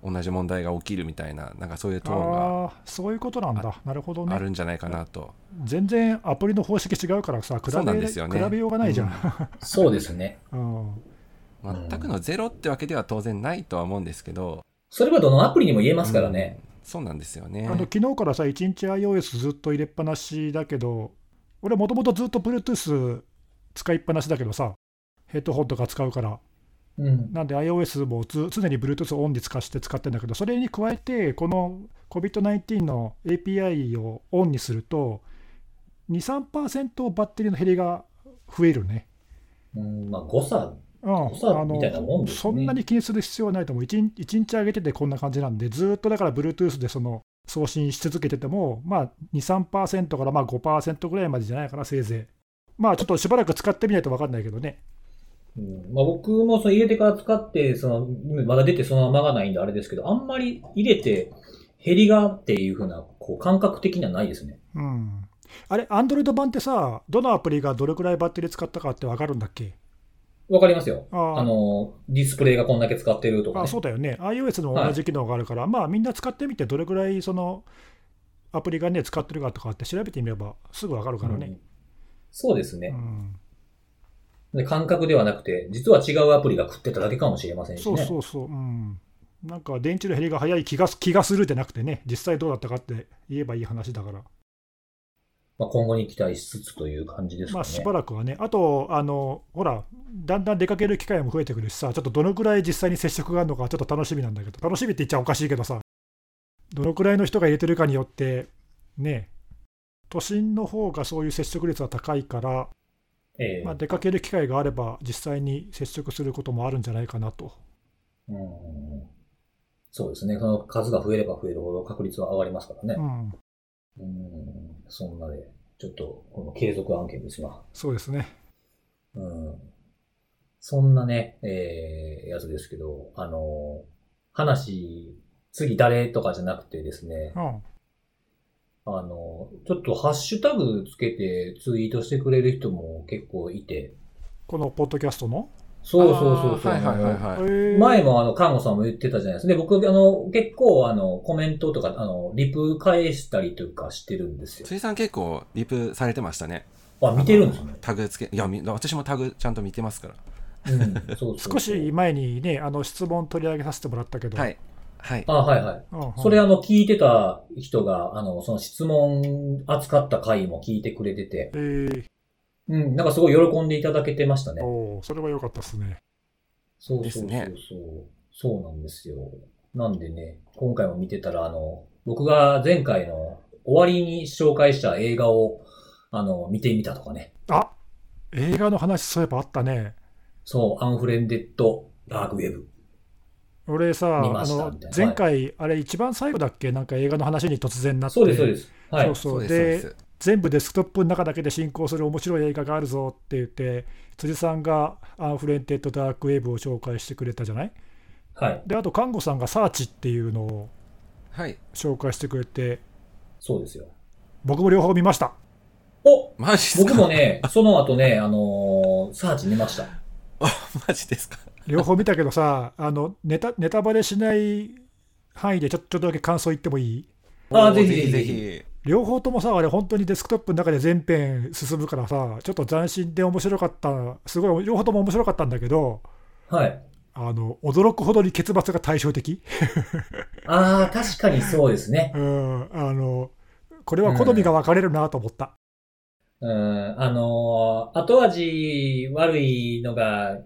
[SPEAKER 3] 同じ問題が起きるみたいな、なんかそういうトーン
[SPEAKER 2] ああ、そういうことなんだ。なるほど
[SPEAKER 3] があ
[SPEAKER 2] ね。
[SPEAKER 3] るんじゃないかなと。
[SPEAKER 2] 全然アプリの方式違うからさ、比
[SPEAKER 3] そうなん
[SPEAKER 2] べ,、
[SPEAKER 3] ですよね
[SPEAKER 2] 比べようがないじゃん。
[SPEAKER 1] そうですね。
[SPEAKER 2] うん
[SPEAKER 1] ん
[SPEAKER 3] 全くのゼロってわけでは当然ないとは思うんですけど、
[SPEAKER 1] それはどのアプリにも言えますからね。
[SPEAKER 3] うんそうなんですよね
[SPEAKER 2] あの昨日からさ、1日 iOS ずっと入れっぱなしだけど、俺、もともとずっと Bluetooth 使いっぱなしだけどさ、ヘッドホンとか使うから、
[SPEAKER 1] うん。
[SPEAKER 2] なんで iOS もず常に Bluetooth をオンに使して使ってるんだけど、それに加えて、この COVID-19 の API をオンにすると、2、3%バッテリーの減りが増えるね。
[SPEAKER 1] うん、まあ、誤差。
[SPEAKER 2] うん、あ
[SPEAKER 1] そうみたいなもんですね
[SPEAKER 2] そんなに気にする必要はないと思う、1, 日上げててこんな感じなんで、ずーっとだから Bluetooth でその送信し続けてても、まあ、2、3%からまあ5%ぐらいまでじゃないかな、せいぜい。まあ、ちょっとしばらく使ってみないと分かんないけどね。
[SPEAKER 1] うんまあ、僕もその入れてから使って、その、まだ出てその間がないんであれですけど、あんまり入れて減りがっていうふうな、こう、感覚的にはないですね。
[SPEAKER 2] うん、あれ、Android 版ってさ、どのアプリがどれくらいバッテリー使ったかって分かるんだっけ
[SPEAKER 1] わかりますよ。
[SPEAKER 2] あー
[SPEAKER 1] あの、ディスプレイがこんだけ使ってるとか、
[SPEAKER 2] あ
[SPEAKER 1] ね。
[SPEAKER 2] そうだよね、iOS でも同じ機能があるから、まあみんな使ってみて、どれくらいそのアプリがね、使ってるかとかって調べてみれば、すぐ分かるから
[SPEAKER 1] う
[SPEAKER 2] ね
[SPEAKER 1] ん。そうです
[SPEAKER 2] う
[SPEAKER 1] ね、
[SPEAKER 2] ん
[SPEAKER 1] で。感覚ではなくて、実は違うアプリが食ってただけかもしれませんしね。
[SPEAKER 2] そうそうそう、うん、なんか電池の減りが早い気がす気がするじゃなくてね、実際どうだったかって言えばいい話だから、
[SPEAKER 1] まあ、今後に期待しつつという感じですか
[SPEAKER 2] ま
[SPEAKER 1] ね。
[SPEAKER 2] あしばらくはね、あと、あのほら、だんだん出かける機会も増えてくるしさ、ちょっとどのくらい実際に接触があるのか、ちょっと楽しみなんだけど、楽しみって言っちゃおかしいけどさ、どのくらいの人が入れてるかによって、ね、都心の方がそういう接触率は高いから、
[SPEAKER 1] ええ
[SPEAKER 2] まあ、出かける機会があれば、実際に接触することもあるんじゃないかなと。
[SPEAKER 1] うんそうですね。その数が増えれば増えるほど確率は上がりますから
[SPEAKER 2] う
[SPEAKER 1] ね。
[SPEAKER 2] ん、
[SPEAKER 1] うん。そんなで、ちょっと、この継続案件ですな。
[SPEAKER 2] そうですね。
[SPEAKER 1] うん。そんなね、えー、やつですけど、あの、話、次誰とかじゃなくてですね、
[SPEAKER 2] うん、
[SPEAKER 1] あの、ちょっとハッシュタグつけてツイートしてくれる人も結構いて、
[SPEAKER 2] このポッドキャストの、
[SPEAKER 1] そうそうそうそう。
[SPEAKER 3] はいはいはいはい。
[SPEAKER 2] えー
[SPEAKER 1] 前もあの、看護さんも言ってたじゃないですか。で、僕、あの、結構あの、コメントとか、あの、リプ返したりとかしてるんですよ。
[SPEAKER 3] 辻さん結構リプされてましたね。
[SPEAKER 1] あ、見てるんですね。
[SPEAKER 3] タグつけ、いや、み私もタグちゃんと見てますから。
[SPEAKER 1] うん、 そうそうそう
[SPEAKER 2] 少し前にね、あの質問取り上げさせてもらったけど、
[SPEAKER 3] はい。はい。
[SPEAKER 1] あ、はいはい。
[SPEAKER 2] うんうん
[SPEAKER 1] それあの、聞いてた人が、あの、その質問扱った回も聞いてくれてて、
[SPEAKER 2] えー
[SPEAKER 1] うん、なんかすごい喜んでいただけてましたね。
[SPEAKER 2] おーそれは良かったですね。
[SPEAKER 1] そう
[SPEAKER 3] で
[SPEAKER 1] そ
[SPEAKER 3] す
[SPEAKER 1] うそう
[SPEAKER 3] ね
[SPEAKER 1] そう。そうなんですよ。なんでね、今回も見てたら、あの、僕が前回の終わりに紹介した映画を、あの、見てみたとかね。
[SPEAKER 2] あ映画の話、そういえばあったね。
[SPEAKER 1] そう、アンフレンデッド・ダークウェブ。
[SPEAKER 2] 俺さ、
[SPEAKER 1] 見ま
[SPEAKER 2] あ
[SPEAKER 1] した
[SPEAKER 2] の
[SPEAKER 1] みたいな
[SPEAKER 2] 前回、あれ、一番最後だっけ、なんか映画の話に突然なって、
[SPEAKER 1] そうです、そうです。はい。
[SPEAKER 2] そうそう
[SPEAKER 3] そうで
[SPEAKER 2] です
[SPEAKER 3] そうです。
[SPEAKER 2] 全部デスクトップの中だけで進行する面白い映画があるぞって言って、辻さんがアンフレンテッド・ダーク・ウェーブを紹介してくれたじゃない
[SPEAKER 1] はい。
[SPEAKER 2] で、あと、看護さんがサーチっていうのを
[SPEAKER 3] はい。
[SPEAKER 2] 紹介してくれて、
[SPEAKER 1] そうですよ。
[SPEAKER 2] 僕も両方見ました。
[SPEAKER 1] お
[SPEAKER 3] マジですか
[SPEAKER 1] 僕も。 ね、その後ね、あのーサーチ見ました。
[SPEAKER 3] あ マジですか。
[SPEAKER 2] 両方見たけどさ、あのネタネタバレしない範囲でちょちょっとだけ感想言ってもいい
[SPEAKER 1] あー
[SPEAKER 3] お
[SPEAKER 1] ぜひぜひ
[SPEAKER 3] ぜ
[SPEAKER 1] ぜひ
[SPEAKER 3] ひ。
[SPEAKER 2] 両方ともさ、あれ、本当にデスクトップの中で全編進むからさ、ちょっと斬新で面白かった、すごい、両方とも面白かったんだけど、
[SPEAKER 1] はい。
[SPEAKER 2] あの驚くほどに結末が対照的、
[SPEAKER 1] ああ、確かにそうですね。
[SPEAKER 2] うん、あのこれは好みが分かれるなと思った。
[SPEAKER 1] うん、あのー後味悪いのが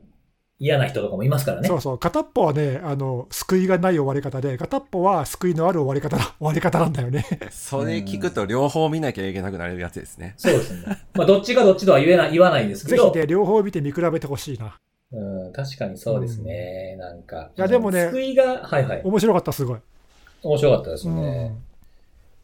[SPEAKER 1] 嫌な人とかもいますからね。
[SPEAKER 2] そうそう、片っぽはね、あの救いがない終わり方で、片っぽは救いのある終わり方だ 終わり方なんだよね。
[SPEAKER 3] それ聞くと両方見なきゃいけなくなるやつですね。
[SPEAKER 1] そうですね。まあ、どっちがどっちとは言えない、言わないですけ
[SPEAKER 2] ぜ
[SPEAKER 1] ど
[SPEAKER 2] ひ。ね、両方見て見比べてほしいな。
[SPEAKER 1] うん、確かにそうですね。なんか。
[SPEAKER 2] いやでもね
[SPEAKER 1] 救いが、はいはい。
[SPEAKER 2] 面白かった、すごい。
[SPEAKER 1] 面白かったです
[SPEAKER 2] う
[SPEAKER 1] ね。
[SPEAKER 2] ん、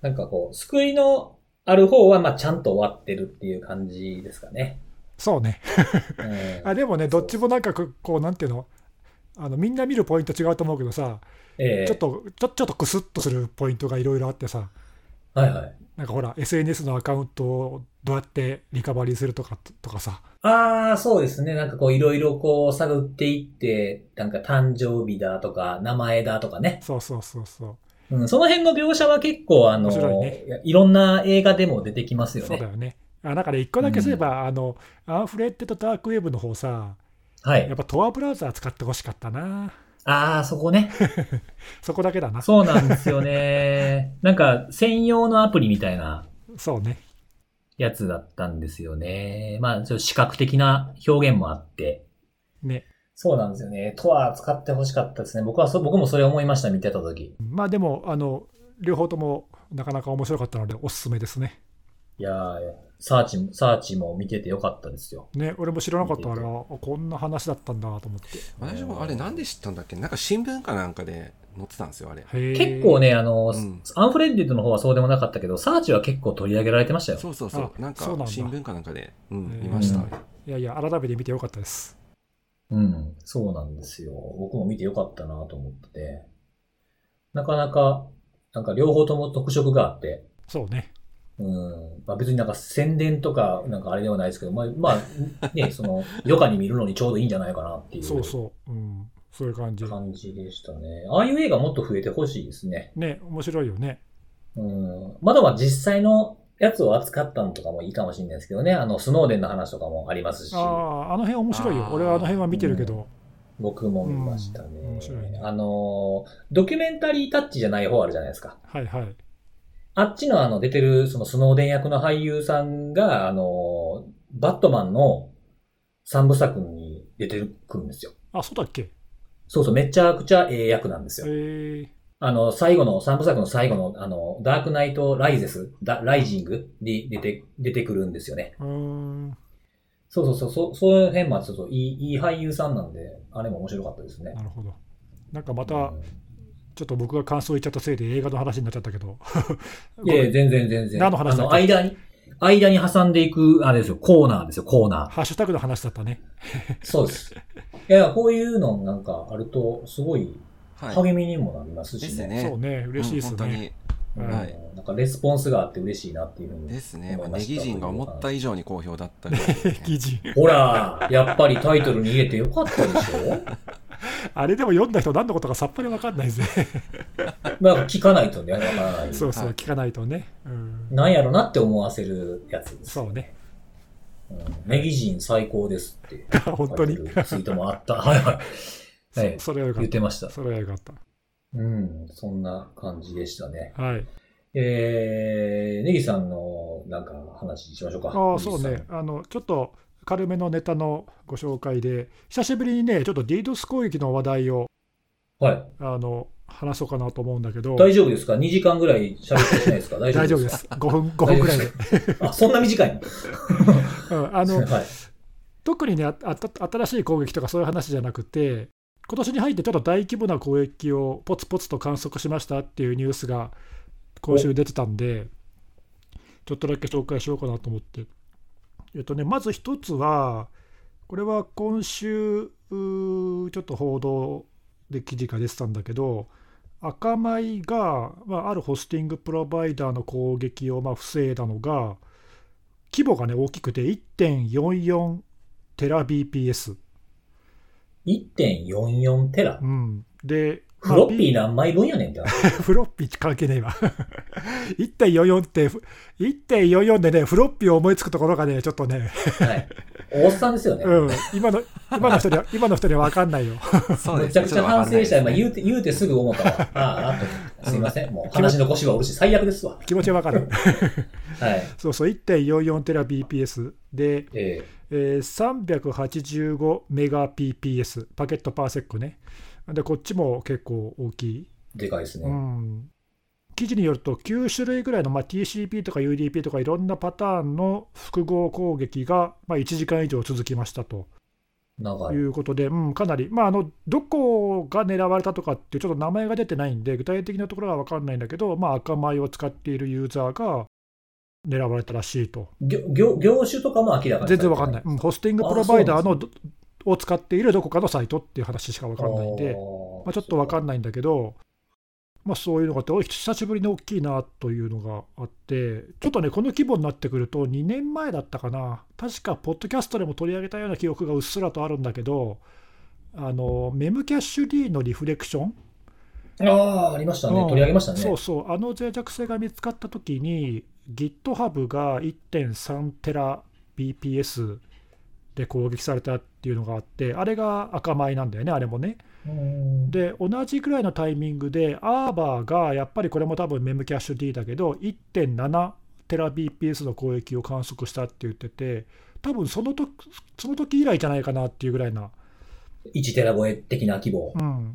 [SPEAKER 1] なんかこう、救いのある方は、まあ、ちゃんと終わってるっていう感じですかね。
[SPEAKER 2] そうね。
[SPEAKER 1] うん
[SPEAKER 2] あでもね、どっちもなんかここう、なんていうのあのみんな見るポイント違うと思うけどさ、
[SPEAKER 1] ええ
[SPEAKER 2] ちょっとちょちょっとクスッとするポイントがいろいろあってさ、
[SPEAKER 1] はいはい。
[SPEAKER 2] なんかほら、SNS のアカウントをどうやってリカバリーするとかとかさ、
[SPEAKER 1] ああ、そうですね。なんかこう、いろいろこう、探っていって、なんか誕生日だとか、名前だとかね。
[SPEAKER 2] そうそうそうそ
[SPEAKER 1] うん、その辺の描写は結構、あの、
[SPEAKER 2] 面白い
[SPEAKER 1] いやいろんな映画でも出てきます
[SPEAKER 2] う、
[SPEAKER 1] よ
[SPEAKER 2] そうだ
[SPEAKER 1] ね。
[SPEAKER 2] よね。あなんかね、一個だけすれば、あの、アンフレッテとダークウェブの方さ、
[SPEAKER 1] は
[SPEAKER 2] やっ
[SPEAKER 1] い。
[SPEAKER 2] ぱトアブラウザー使ってほしかったな。
[SPEAKER 1] ああ、そこね。
[SPEAKER 2] そこだけだな。
[SPEAKER 1] そうなんですよね。 なんか、専用のアプリみたいな
[SPEAKER 2] そうね。
[SPEAKER 1] やつだったんですよね。まあ、ちょっと視覚的な表現もあって。
[SPEAKER 2] ね。
[SPEAKER 1] そうなんですよね。とは使ってほしかったですね。僕はそ、僕もそれ思いました、見てた時。
[SPEAKER 2] まあでも、あの、両方ともなかなか面白かったので、おすすめですね。
[SPEAKER 1] いやーサーチも、サーチも見ててよかったですよ。
[SPEAKER 2] ね、俺も知らなかったから、あこんな話だったんだと思って。
[SPEAKER 3] 私もあれなんで知ったんだっけなんか新聞かなんかで載ってたんですよ、あれ。
[SPEAKER 2] 結
[SPEAKER 1] 結構、ね、あの、
[SPEAKER 3] うん
[SPEAKER 1] アンフレンデッドの方はそうでもなかったけど、サーチは結構取り上げられてましたよ。
[SPEAKER 3] そうそうそ
[SPEAKER 2] あ
[SPEAKER 3] う。なんか
[SPEAKER 2] そうなんだ
[SPEAKER 3] 新聞かなんかで、うん
[SPEAKER 2] へ、ー
[SPEAKER 3] 見ました。
[SPEAKER 1] う
[SPEAKER 3] あ
[SPEAKER 1] ん
[SPEAKER 3] れ
[SPEAKER 2] いやいや、改めて見てよかったです。
[SPEAKER 1] うん、そうなんですよ。僕も見てよかったなと思ってて。なかなか、なんか両方とも特色があって、
[SPEAKER 2] そうね。
[SPEAKER 1] うん、まあ別になんか宣伝とか、なんかあれではないですけど、まあ、まあ、 ね、その、余暇に見るのにちょうどいいんじゃないかなってい
[SPEAKER 2] そう
[SPEAKER 1] う
[SPEAKER 2] そう。うん。そういう感じ。
[SPEAKER 1] 感じでしたね。ああいう映画もっと増えてほしいですね。
[SPEAKER 2] ね、面白いよね。
[SPEAKER 1] うん、まだは実際のやつを扱ったのとかもいいかもしれないですけどね。あの、スノーデンの話とかもありますし。
[SPEAKER 2] ああ、あの辺面白いよ
[SPEAKER 3] あ。ー
[SPEAKER 2] 俺はあの辺は見てるけど。
[SPEAKER 1] 僕も見ましたね。
[SPEAKER 2] うん面白いね
[SPEAKER 1] あのー、ドキュメンタリータッチじゃない方あるじゃないですか。
[SPEAKER 2] はいはい。
[SPEAKER 1] あっちのあの出てるそのスノーデン役の俳優さんが、あのー、バットマンの三部作に出てくるんですよ。
[SPEAKER 2] あ、そうだっけ
[SPEAKER 1] そうそう、めちゃくちゃええ役なんです
[SPEAKER 2] え
[SPEAKER 1] よ。
[SPEAKER 2] ー、
[SPEAKER 1] あの、最後の、三部作の最後の、あの、ダークナイトライゼス、ダライジングに出て、出てくるんですよね。
[SPEAKER 2] うーん。
[SPEAKER 1] そうそうそう、そうそういう辺もちょっといい、いい俳優さんなんで、あれも面白かったですね。
[SPEAKER 2] なるほど。なんかまた、ちょっと僕が感想言っちゃったせいで映画の話になっちゃったけど。
[SPEAKER 1] いやいや、全然全然。
[SPEAKER 2] 何の話
[SPEAKER 1] あ
[SPEAKER 2] だ
[SPEAKER 1] の、
[SPEAKER 2] っけ
[SPEAKER 1] 間に、間に挟んでいく、あれですよ、コーナーですよ、コーナー。
[SPEAKER 2] ハッシュタグの話だったね。
[SPEAKER 1] そうです。いや、こういうのなんかあると、すごい
[SPEAKER 3] はい。
[SPEAKER 1] 励みにもなります
[SPEAKER 3] で
[SPEAKER 1] し
[SPEAKER 3] す
[SPEAKER 1] ね。
[SPEAKER 3] ね。
[SPEAKER 2] そうね、嬉しいです
[SPEAKER 3] うん
[SPEAKER 2] ね。
[SPEAKER 3] 本当に。
[SPEAKER 1] うん
[SPEAKER 3] はい
[SPEAKER 1] なんかレスポンスがあって嬉しいなっていうふう に。
[SPEAKER 3] ですね。ま
[SPEAKER 1] 思
[SPEAKER 3] あ、
[SPEAKER 1] いま
[SPEAKER 3] ネ
[SPEAKER 1] した
[SPEAKER 3] ギ人が思った以上に好評だっ たぐらい
[SPEAKER 2] 記事
[SPEAKER 1] ほら、やっぱりタイトルに入れてよかったでしょ
[SPEAKER 2] あれでも読んだ人何のことかさっぱり分かんないぜ。
[SPEAKER 1] まあ、聞かないとね、わからない。
[SPEAKER 2] そうそう、
[SPEAKER 3] はい
[SPEAKER 2] 聞かないとね。うん、
[SPEAKER 1] なんやろなって思わせるやつです。
[SPEAKER 2] そ うね。
[SPEAKER 1] うんネギ人最高ですって。
[SPEAKER 2] 本当に。
[SPEAKER 1] ツイートもあった。はいはい。
[SPEAKER 2] そ
[SPEAKER 1] ええ
[SPEAKER 2] それはよかっ。
[SPEAKER 1] 言ってましたた。
[SPEAKER 2] それはよかった。
[SPEAKER 1] うん、そんな感じでしたね。
[SPEAKER 2] はい。
[SPEAKER 1] えー、ネギさんのなんか話しましょうか。
[SPEAKER 2] ああ、そう
[SPEAKER 1] ネギ
[SPEAKER 2] ね。あの、ちょっと軽めのネタのご紹介で、久しぶりにね、ちょっと DDoS 攻撃の話題を、
[SPEAKER 1] さん。はい。
[SPEAKER 2] あの、話そうかなと思うんだけど、
[SPEAKER 1] 大丈夫ですか ?2 時間ぐらい喋ってしない ですか大
[SPEAKER 2] 大
[SPEAKER 1] 丈
[SPEAKER 2] 丈
[SPEAKER 1] 夫
[SPEAKER 2] 夫
[SPEAKER 1] で
[SPEAKER 2] ですす。5分、5分くらいで。
[SPEAKER 1] かあ、そんな短いの
[SPEAKER 2] うん、あの、
[SPEAKER 1] はい。
[SPEAKER 2] 特にねああた新しい攻撃とかそういう話じゃなくて今年に入ってちょっと大規模な攻撃をポツポツと観測しましたっていうニュースが今週出てたんでちょっとだけ紹介しようかなと思ってえっとねまず一つはこれは今週うーちょっと報道で記事が出てたんだけど赤米が、まあ、あるホスティングプロバイダーの攻撃をまあ防いだのが規模がね大きくて1.44テラ BPS。
[SPEAKER 1] 1.44テラ
[SPEAKER 2] う。ん、で、
[SPEAKER 1] フロッ
[SPEAKER 2] まあ
[SPEAKER 1] ピー何枚分やねんって。
[SPEAKER 2] B- フロッピー関係ねえわ。1.44って、ふ1.44でね、フロッピーを思いつくところがね、ちょっとね、
[SPEAKER 1] はい。おっさんですよね。
[SPEAKER 2] うん、今の、今の人には、 今の人には分かんないよ。
[SPEAKER 3] そう
[SPEAKER 1] め
[SPEAKER 3] です
[SPEAKER 1] ちゃくちゃ
[SPEAKER 3] ょっとわ
[SPEAKER 1] 反
[SPEAKER 3] かんな
[SPEAKER 1] 省
[SPEAKER 3] いで
[SPEAKER 1] し
[SPEAKER 3] す
[SPEAKER 1] た。
[SPEAKER 3] ね
[SPEAKER 1] 今言うて、言うてすぐ思ったわ。ああ、あと。すいません。もう話の腰は折るし、最悪ですわ。
[SPEAKER 2] 気持ちは分かる。
[SPEAKER 1] はい。
[SPEAKER 2] そうそう、1.44テラ BPS で、
[SPEAKER 1] え
[SPEAKER 2] えー、385メガ PPS、パケットパーセックね。で、こっちも結構大きい。
[SPEAKER 1] ー、でかいです
[SPEAKER 2] う
[SPEAKER 1] ね。
[SPEAKER 2] ん、記事によると9種類ぐらいの、まあ、TCP とか UDP とかいろんなパターンの複合攻撃が、まあ、1時間以上続きましたと
[SPEAKER 1] 長
[SPEAKER 2] い
[SPEAKER 1] い。
[SPEAKER 2] うことで、うん、かなり、まあ、あのどこが狙われたとかってちょっと名前が出てないんで具体的なところは分かんないんだけど、まあ、赤米を使っているユーザーが狙われたらしいと
[SPEAKER 1] 業業業種とかも明らかにされ
[SPEAKER 2] 全
[SPEAKER 1] て
[SPEAKER 2] 然分かんない、。うん、ホスティングプロバイダーのどを使っているどこかのサイトっていう話しか分かんないんで。まあ、ちょっと分か
[SPEAKER 1] な
[SPEAKER 2] ん
[SPEAKER 1] い。
[SPEAKER 2] ないんだけど、まあ、そういうのがあって、おい久しぶりに大きいなというのがあって、ちょっとね、この規模になってくると、2年前だったかな、確か、ポッドキャストでも取り上げたような記憶がうっすらとあるんだけど、あのメムキャッシュ D のリフレクション、
[SPEAKER 1] ああ、ありましたね。
[SPEAKER 2] うん
[SPEAKER 1] 取り上げましたね。
[SPEAKER 2] そうそう、あの脆弱性が見つかったときに、GitHub が1.3テラ BPS で攻撃されたっていうのがあって、あれが赤米なんだよね、あれもね。
[SPEAKER 1] うん
[SPEAKER 2] で同じくらいのタイミングでアーバーがやっぱりこれも多分メムキャッシュ D だけど1.7テラ BPS の攻撃を観測したって言ってて多分その時その時以来じゃないかなっていうぐらいな、
[SPEAKER 1] 1テラ超え的な規模。
[SPEAKER 2] うん、っ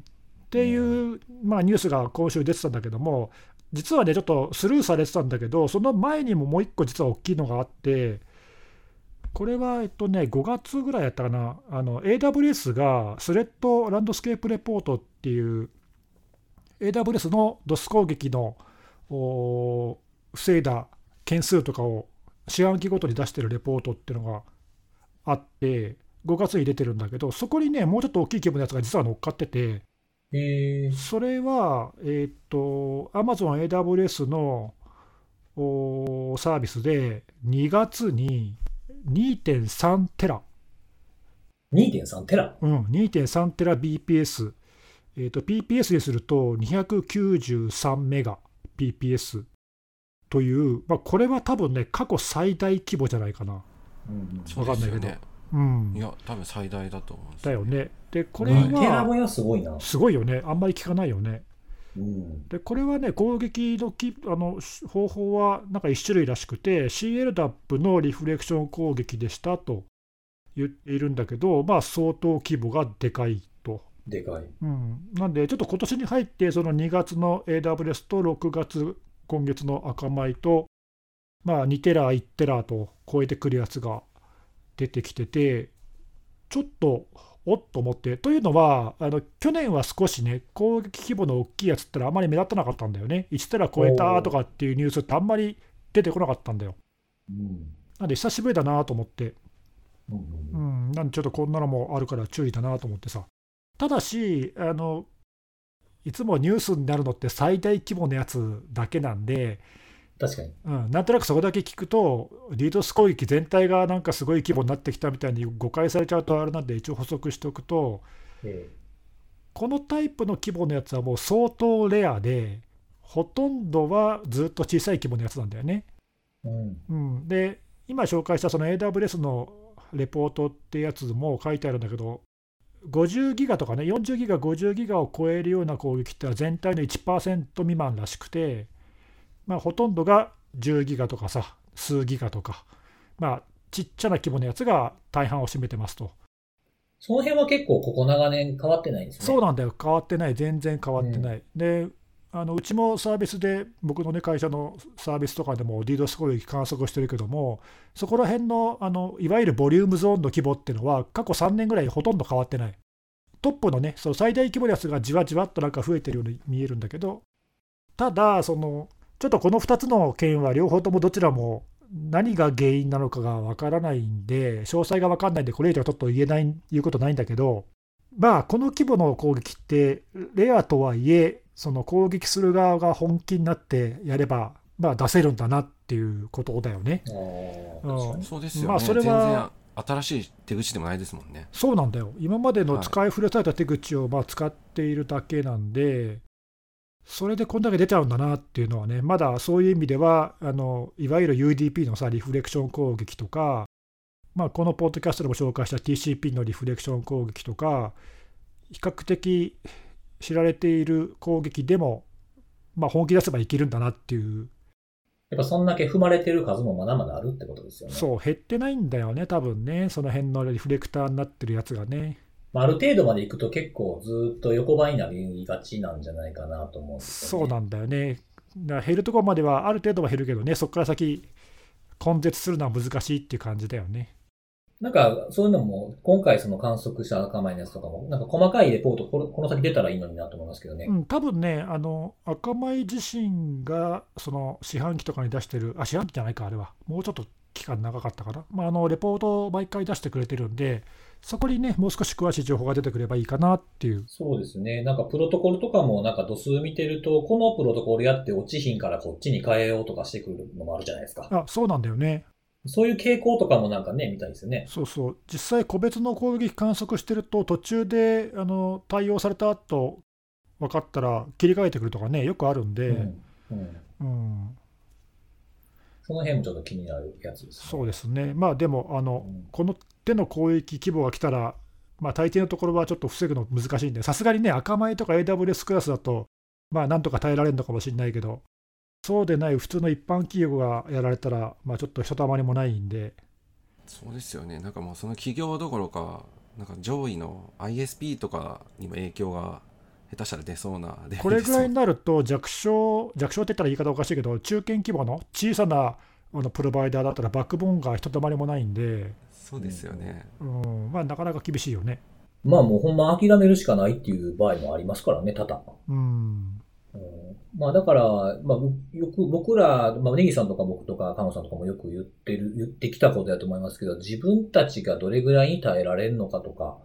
[SPEAKER 2] ていう、まあ、ニュースが今週出てたんだけども実はねちょっとスルーされてたんだけどその前にももう一個実は大きいのがあってこれはえっとね5月ぐらいやったかなあの AWS がスレッドランドスケープレポートっていう AWS の DOS 攻撃のおー防いだ件数とかを四半期ごとに出してるレポートっていうのがあって5月に出てるんだけどそこにねもうちょっと大きい規模のやつが実は乗っかってて
[SPEAKER 1] へえ。
[SPEAKER 2] それはえーっと AmazonAWS のおーサービスで2月に2.3テラ
[SPEAKER 1] 2.3テラ。
[SPEAKER 2] うん、2.3テラ BPS、えーと、PPS ですると293メガ PPS という、まあ、これは多分ね、過去最大規模じゃないかな。
[SPEAKER 1] うん
[SPEAKER 3] そうで
[SPEAKER 2] わ
[SPEAKER 3] すよ
[SPEAKER 2] かんない
[SPEAKER 3] ね。
[SPEAKER 2] うん
[SPEAKER 3] い、や、多分最大だと思うんです
[SPEAKER 2] だよね。で、これ
[SPEAKER 1] 2テラ
[SPEAKER 2] は、
[SPEAKER 1] 超えはすごいな。
[SPEAKER 2] すごいよね、あんまり聞かないよね。
[SPEAKER 1] うん。
[SPEAKER 2] で、これはね、攻撃のきあのし方法はなんか1種類らしくて、CLDAP のリフレクション攻撃でしたと言っているんだけど、まあ、相当規模がでかいと。
[SPEAKER 1] でかい。
[SPEAKER 2] うん、なんで、ちょっと今年に入って、その2月の AWS と6月、今月の赤米と、まあ、2テラ、1テラと超えてくるやつが出てきてて、ちょっとおっと思って。というのは、あの去年は少しね、攻撃規模の大きいやつったら、あまり目立たなかったんだよね。1テラ超えたとかっていうニュースって、あんまり出てこなかったんだよ。
[SPEAKER 1] うん。
[SPEAKER 2] なんで、久しぶりだなと思って、
[SPEAKER 1] う。
[SPEAKER 2] うんん、なんでちょっとこんなのもあるから注意だなと思ってさ。ただし、あのいつもニュースになるのって最大規模のやつだけなんで、
[SPEAKER 1] 確かに。
[SPEAKER 2] うん、なんとなくそこだけ聞くと、リードス攻撃全体がなんかすごい規模になってきたみたいに誤解されちゃうとあれなんで、一応補足しておくと、
[SPEAKER 1] え
[SPEAKER 2] このタイプの規模のやつはもう相当レアで、ほとんどはずっと小さい規模のやつなんだよね。
[SPEAKER 1] えうん。
[SPEAKER 2] うん、で、今紹介したその AWS のレポートってやつも書いてあるんだけど、50ギガとかね、40ギガ、50ギガを超えるような攻撃ってのは全体の1%未満らしくて、まあ、ほとんどが10ギガとかさ、数ギガとか、まあ、ちっちゃな規模のやつが大半を占めてますと。
[SPEAKER 1] その辺は結構ここ長年変わってないんですね。
[SPEAKER 2] そう
[SPEAKER 1] だ。
[SPEAKER 2] なんだよ、変わってない、全然変わってない。であのうちもサービスで、僕の、ね、会社のサービスとかでも DDoS 攻撃観測してるけども、そこら辺のあのいわゆるボリュームゾーンの規模っていうのは、過去3年ぐらいほとんど変わってない。トップのね、その最大規模のやつがじわじわっとなんか増えてるように見えるんだけど、ただ、そのちょっとこの2つの件は両方ともどちらも何が原因なのかがわからないんで、詳細がわかんないんで、これ以上ちょっと言えない、言うことないんだけど、まあ、この規模の攻撃って、レアとはいえ、その攻撃する側が本気になってやれば、まあ、出せるんだなっていうことだよね。
[SPEAKER 1] あー
[SPEAKER 2] うん
[SPEAKER 1] 確かに
[SPEAKER 3] そうですよね、
[SPEAKER 2] まあそれは
[SPEAKER 3] 全然新しい手口でもないですもんね
[SPEAKER 2] そうなんだよ。今までの使い古された手口をまあ使っているだけなんで、それでこんだけ出ちゃうんだなっていうのはね、まだそういう意味では、あのいわゆる UDP のさ、リフレクション攻撃とか、まあ、このポッドキャストでも紹介した TCP のリフレクション攻撃とか、比較的知られている攻撃でも、まあ、本気出せばいけるんだなっていう、
[SPEAKER 1] やっぱそんだけ踏まれてる数もまだまだあるってことですよね。
[SPEAKER 2] そう、減ってないんだよね、多分ね、その辺のリフレクターになってるやつがね。
[SPEAKER 1] まあ、ある程度まで行くと結構ずっと横ばいになりがちなんじゃないかなと思うんです
[SPEAKER 2] そ
[SPEAKER 1] よね。
[SPEAKER 2] うなんんだよね。だから減るところまではある程度は減るけどね、そこから先、根絶するのは難しいっていう感じだよね。
[SPEAKER 1] なんか、そういうのも、今回その観測した赤前のやつとかも、なんか細かいレポート、このこの先出たらいいのになと思いますけどね。
[SPEAKER 2] うん、多分ね、あの赤米自身がその四半期とかに出してる、あ、四半期じゃないか、あれは、もうちょっと期間長かったかな、まあ、あのレポートを毎回出してくれてるんで、そこにね、もう少し詳しい情報が出てくればいいかなっていう、
[SPEAKER 1] そうですね。なんかプロトコルとかもなんか度数見てると、このプロトコルやって落ちひんからこっちに変えようとかしてくるのもあるじゃないですか。
[SPEAKER 2] あそうなんだよね、
[SPEAKER 1] そういう傾向とかもなんかね、見たいですよね。
[SPEAKER 2] そうそう、実際、個別の攻撃観測してると、途中であの対応されたと分かったら、切り替えてくるとかね、よくあるんで。
[SPEAKER 1] うん。うん。
[SPEAKER 2] うん、
[SPEAKER 1] その辺もちょっと気になるやつです、ね。
[SPEAKER 2] そうですね、まあでも、あの
[SPEAKER 1] うん
[SPEAKER 2] この手の攻撃規模が来たら、まあ、大抵のところはちょっと防ぐの難しいんで、さすがにね、赤米とか AWS クラスだと、まあなんとか耐えられるのかもしれないけど、そうでない普通の一般企業がやられたら、まあ、ちょっとひとたまりもないんで、
[SPEAKER 3] そうですよねなんかもうその企業どころかなんか上位の ISP とかにも影響が下手したら出そうなレベル
[SPEAKER 2] これぐらいに
[SPEAKER 3] です
[SPEAKER 2] なると弱小、弱小って言ったら言い方おかしいけど、中堅規模の小さなあのプロバイダーだったら、バックボーンがひとたまりもないんで、
[SPEAKER 3] そうですよね、
[SPEAKER 2] うんまあ、なかなか厳しいよね。
[SPEAKER 1] まあもうほんま諦めるしかないっていう場合もありますからね、多々。
[SPEAKER 2] うん
[SPEAKER 1] うんまあだから、まあよく僕ら、まあネギさんとか僕とかカノさんとかもよく言ってる、言ってきたことだと思いますけど、自分たちがどれぐらいに耐えられるのかとか、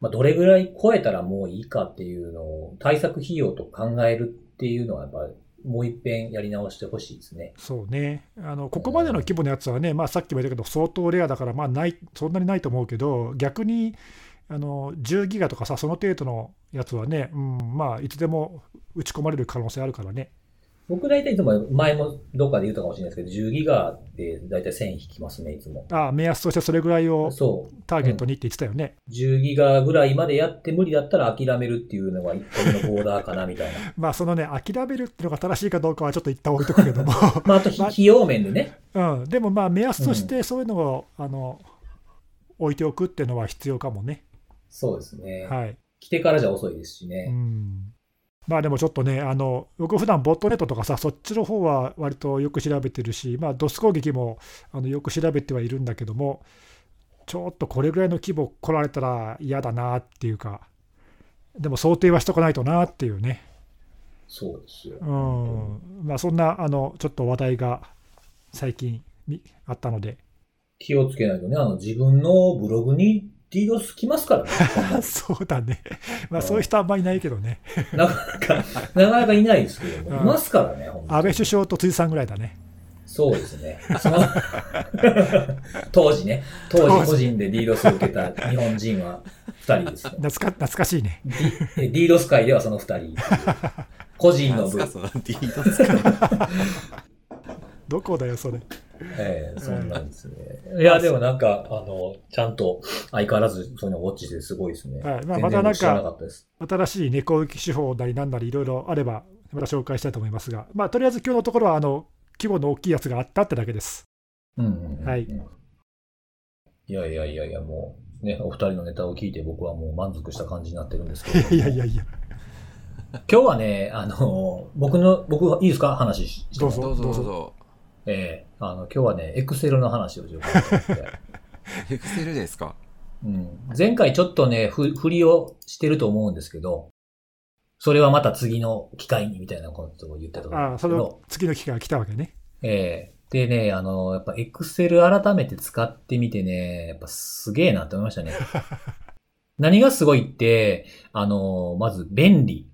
[SPEAKER 1] まあどれぐらい超えたらもういいかっていうのを対策費用と考えるっていうのはやっぱりもう一遍やり直してほしいですね。
[SPEAKER 2] そうね、あのここまでの規模のやつはね、まあ、さっきも言ったけど、相当レアだから、まあない、そんなにないと思うけど、逆にあの10ギガとかさ、その程度のやつはね、うんまあ、いつでも打ち込まれる可能性あるからね、
[SPEAKER 1] 僕大体いつも前もどっかで言ったかもしれないですけど、10ギガで大体1000引きますね、いつも。
[SPEAKER 2] あ目安としてそれぐらいを
[SPEAKER 1] そう。
[SPEAKER 2] ターゲットにって言ってたよね、
[SPEAKER 1] 10ギガぐらいまでやって無理だったら諦めるっていうのが一個のボーダーかなみたいな。
[SPEAKER 2] まあそのね、諦めるっていうのが正しいかどうかはちょっと一旦置いとくけども、
[SPEAKER 1] まああとひ
[SPEAKER 2] まあ
[SPEAKER 1] 費用面でね。
[SPEAKER 2] うん、でもまあ、目安としてそういうのを、あの置いておくっていうのは必要かもね。
[SPEAKER 1] そうですね。
[SPEAKER 2] はい
[SPEAKER 1] 来てからじゃ遅いですし
[SPEAKER 2] う
[SPEAKER 1] ね。
[SPEAKER 2] んまあでもちょっとね、あの僕、普段ボットネットとかさ、そっちの方は割とよく調べてるし、まあ、ドス攻撃もあのよく調べてはいるんだけども、ちょっとこれぐらいの規模来られたら嫌だなっていうか、でも想定はしとかないとなっていうね、
[SPEAKER 1] そうですよ。
[SPEAKER 2] うんまあ、そんなあのちょっと話題が最近にあったので、
[SPEAKER 1] 気をつけないとね、あの、自分のブログに DDoS 来ます からね。こんな
[SPEAKER 2] そうだね、 まあ、
[SPEAKER 1] うん
[SPEAKER 2] そういう人あんまりいないけどね、
[SPEAKER 1] なかなか、なかなかいないですけども、
[SPEAKER 2] うん
[SPEAKER 1] いますからね、ほんと
[SPEAKER 2] 安倍首相と辻さんぐらいだね、
[SPEAKER 1] そうですね。その 当時ね、当
[SPEAKER 2] 当
[SPEAKER 1] 時
[SPEAKER 2] 時
[SPEAKER 1] 個人で DDoS を受けた日本人は2人ですね。
[SPEAKER 2] 懐か懐かしいね、
[SPEAKER 1] で DDoS 界ではその2人。 個人の
[SPEAKER 3] 何す
[SPEAKER 1] 部
[SPEAKER 3] か、その DDoS か。
[SPEAKER 2] どこだよ、それ。
[SPEAKER 1] ええ、そうなんですね。いや、でもなんか、あの、ちゃんと相変わらずそういうのをウォッチしてすごいですね。
[SPEAKER 2] はいま
[SPEAKER 1] 全
[SPEAKER 2] あ
[SPEAKER 1] 然
[SPEAKER 2] またなんか
[SPEAKER 1] 知らなかったです。
[SPEAKER 2] 新しい猫行き手法なりなんなりいろいろあれば、また紹介したいと思いますが、まあ、とりあえず今日のところはあの規模の大きいやつがあったってだけです。
[SPEAKER 1] うんうんうん
[SPEAKER 2] はい
[SPEAKER 1] いやいやいやいや、もう、ね、お二人のネタを聞いて僕はもう満足した感じになってるんですけ
[SPEAKER 2] い
[SPEAKER 1] ど。
[SPEAKER 2] やいやいやいや、
[SPEAKER 1] 今日はね、あの、僕の、僕、いいですか話しして
[SPEAKER 2] ど
[SPEAKER 1] も
[SPEAKER 2] うぞ
[SPEAKER 3] どうぞどうぞ。
[SPEAKER 1] ええあの、今日はね、エクセルの話をしようかなと思って。
[SPEAKER 3] エクセルですか。
[SPEAKER 1] うん。前回ちょっとね、ふ、振りをしてると思うんですけど、それはまた次の機会にみたいなことを言ってたと思うん
[SPEAKER 2] あ
[SPEAKER 1] です
[SPEAKER 2] そ
[SPEAKER 1] けど
[SPEAKER 2] の。次の機会が来たわけね。
[SPEAKER 1] ええでね、あの、やっぱ Excel 改めて使ってみてね、やっぱすげえなって思いま したね。何がすごいって、あの、まず便利。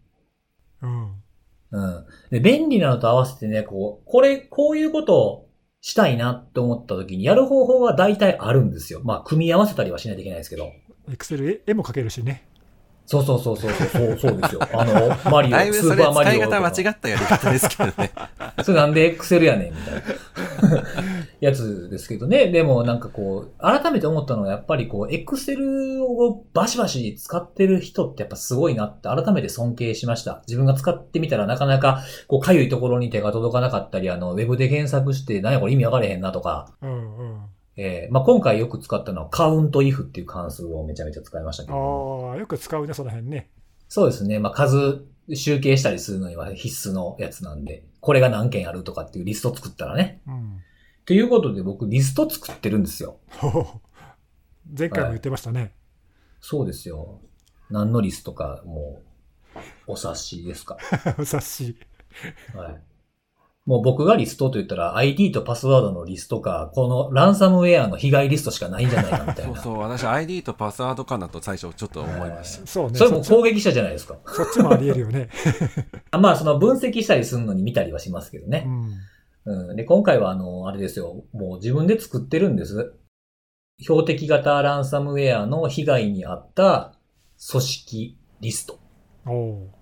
[SPEAKER 2] うん、
[SPEAKER 1] うん。で、便利なのと合わせてね、こう、これ、こういうことをしたいなって思った時に、やる方法は大体あるんですよ。まあ、組み合わせたりはしないといけないですけど。
[SPEAKER 2] エクセル絵も描けるしね。
[SPEAKER 1] そうそうそうそうそう、そうそうですよ。あの、マリ
[SPEAKER 3] だい
[SPEAKER 1] オ、
[SPEAKER 3] ぶ
[SPEAKER 1] ス
[SPEAKER 3] そ
[SPEAKER 1] ー
[SPEAKER 3] れ
[SPEAKER 1] パーマ
[SPEAKER 3] 使い
[SPEAKER 1] リオと
[SPEAKER 3] 方
[SPEAKER 1] か。
[SPEAKER 3] 間違ったやり方ですけどね。
[SPEAKER 1] それなんで Excel やねんみたいな やつですけどね。でもなんかこう、改めて思ったのはやっぱりこう、Excel をバシバシ使ってる人ってやっぱすごいなって改めて尊敬しました。自分が使ってみたらなかなかこう、かゆいところに手が届かなかったり、あの、ウェブで検索して、なんやこれ意味わかれへんなとか、
[SPEAKER 2] うんうん、あ
[SPEAKER 1] えーまあ今回よく使ったのはカウント if っていう関数をめちゃめちゃ使いましたけ
[SPEAKER 2] あ
[SPEAKER 1] ども。
[SPEAKER 2] ー、よく使うね、その辺ね。
[SPEAKER 1] そうですね。まあ、数、集計したりするのには必須のやつなんで、これが何件あるとかっていうリスト作ったらね。
[SPEAKER 2] うん、
[SPEAKER 1] ということで僕リスト作ってるんですよ。
[SPEAKER 2] ほほ 前回も言ってましたね。
[SPEAKER 1] そうですよ。何のリストかもうお察しですか。
[SPEAKER 2] 冊子。
[SPEAKER 1] はい。もう僕がリストと言ったら ID とパスワードのリストか、このランサムウェアの被害リストしかないんじゃないかみたい
[SPEAKER 3] そう
[SPEAKER 1] な。
[SPEAKER 3] そう、私 ID とパスワードかなと最初ちょっと思いました。
[SPEAKER 2] そうね。
[SPEAKER 1] それも
[SPEAKER 2] っちも
[SPEAKER 1] 攻撃者じゃないですか。
[SPEAKER 2] そっちもありえるよ ね。
[SPEAKER 1] あまあ、その分析したりするのに見たりはしますけど
[SPEAKER 2] う
[SPEAKER 1] ね。
[SPEAKER 2] ん、
[SPEAKER 1] うん。で、今回はあの、あれですよ。もう自分で作ってるんです。標的型ランサムウェアの被害に遭った組織リスト。
[SPEAKER 2] おお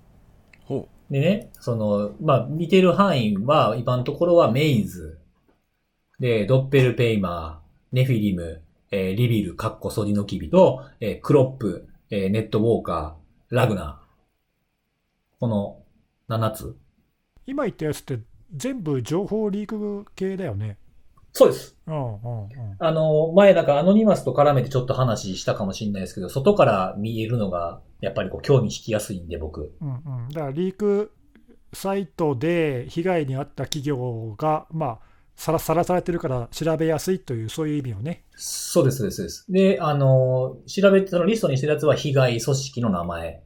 [SPEAKER 3] ほ
[SPEAKER 1] でね、その、まあ、見てる範囲は、今のところはメイズ、で、ドッペルペイマー、ネフィリム、えーリビル、カッコソリノキビと、えークロップ、えーネットウォーカー、ラグナー。この7つ。
[SPEAKER 2] ー。今言ったやつって全部情報リーク系だよね。
[SPEAKER 1] そうです。
[SPEAKER 2] うんうんうん。
[SPEAKER 1] あの、前なんかアノニマスと絡めてちょっと話したかもしれないですけど、外から見えるのが、やっぱりこう、興味引きやすいんで、僕。
[SPEAKER 2] うんうん、だからリークサイトで被害に遭った企業が、まあ、さらさらされてるから調べやすいという、そういう意味をね。
[SPEAKER 1] そうです、そうです、そうです。で、あの、調べて、そのリストにしてるやつは被害組織の名前。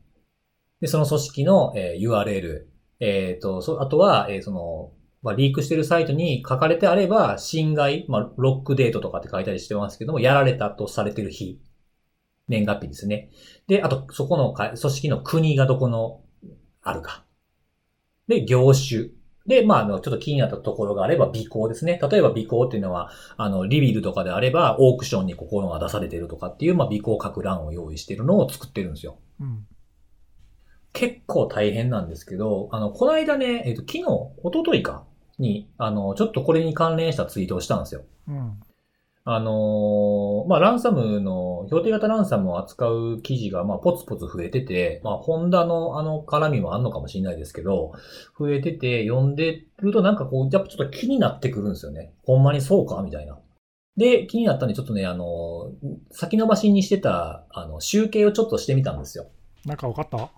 [SPEAKER 1] で、その組織の、えー URL。えっ、と、そあとは、えーその、まあ、リークしてるサイトに書かれてあれば、侵害、まあ、ロックデートとかって書いたりしてますけども、やられたとされてる日。年月日ですね。で、あと、そこのか組織の国がどこの、あるか。で、業種。で、まあ、あの、ちょっと気になったところがあれば、尾行ですね。例えば、尾行っていうのは、あの、リビルとかであれば、オークションにここのが出されてるとかっていう、まあ、尾行書く欄を用意してるのを作ってるんですよ。
[SPEAKER 2] うん、
[SPEAKER 1] 結構大変なんですけど、あの、この間ね、えっ、と、昨日、一昨日か、に、あの、ちょっとこれに関連したツイートをしたんですよ。
[SPEAKER 2] うん、
[SPEAKER 1] あのーまあ、ランサムの、標定型ランサムを扱う記事が、まあ、ポツポツ増えてて、まあ、ホンダのあの絡みもあんのかもしれないですけど、増えてて、読んでるとなんかこう、やっぱちょっと気になってくるんですよね。ほんまにそうかみたいな。で、気になったんで、ちょっとね、あのー先延ばしにしてた、あの、集計をちょっとしてみたんですよ。
[SPEAKER 2] なんか分かった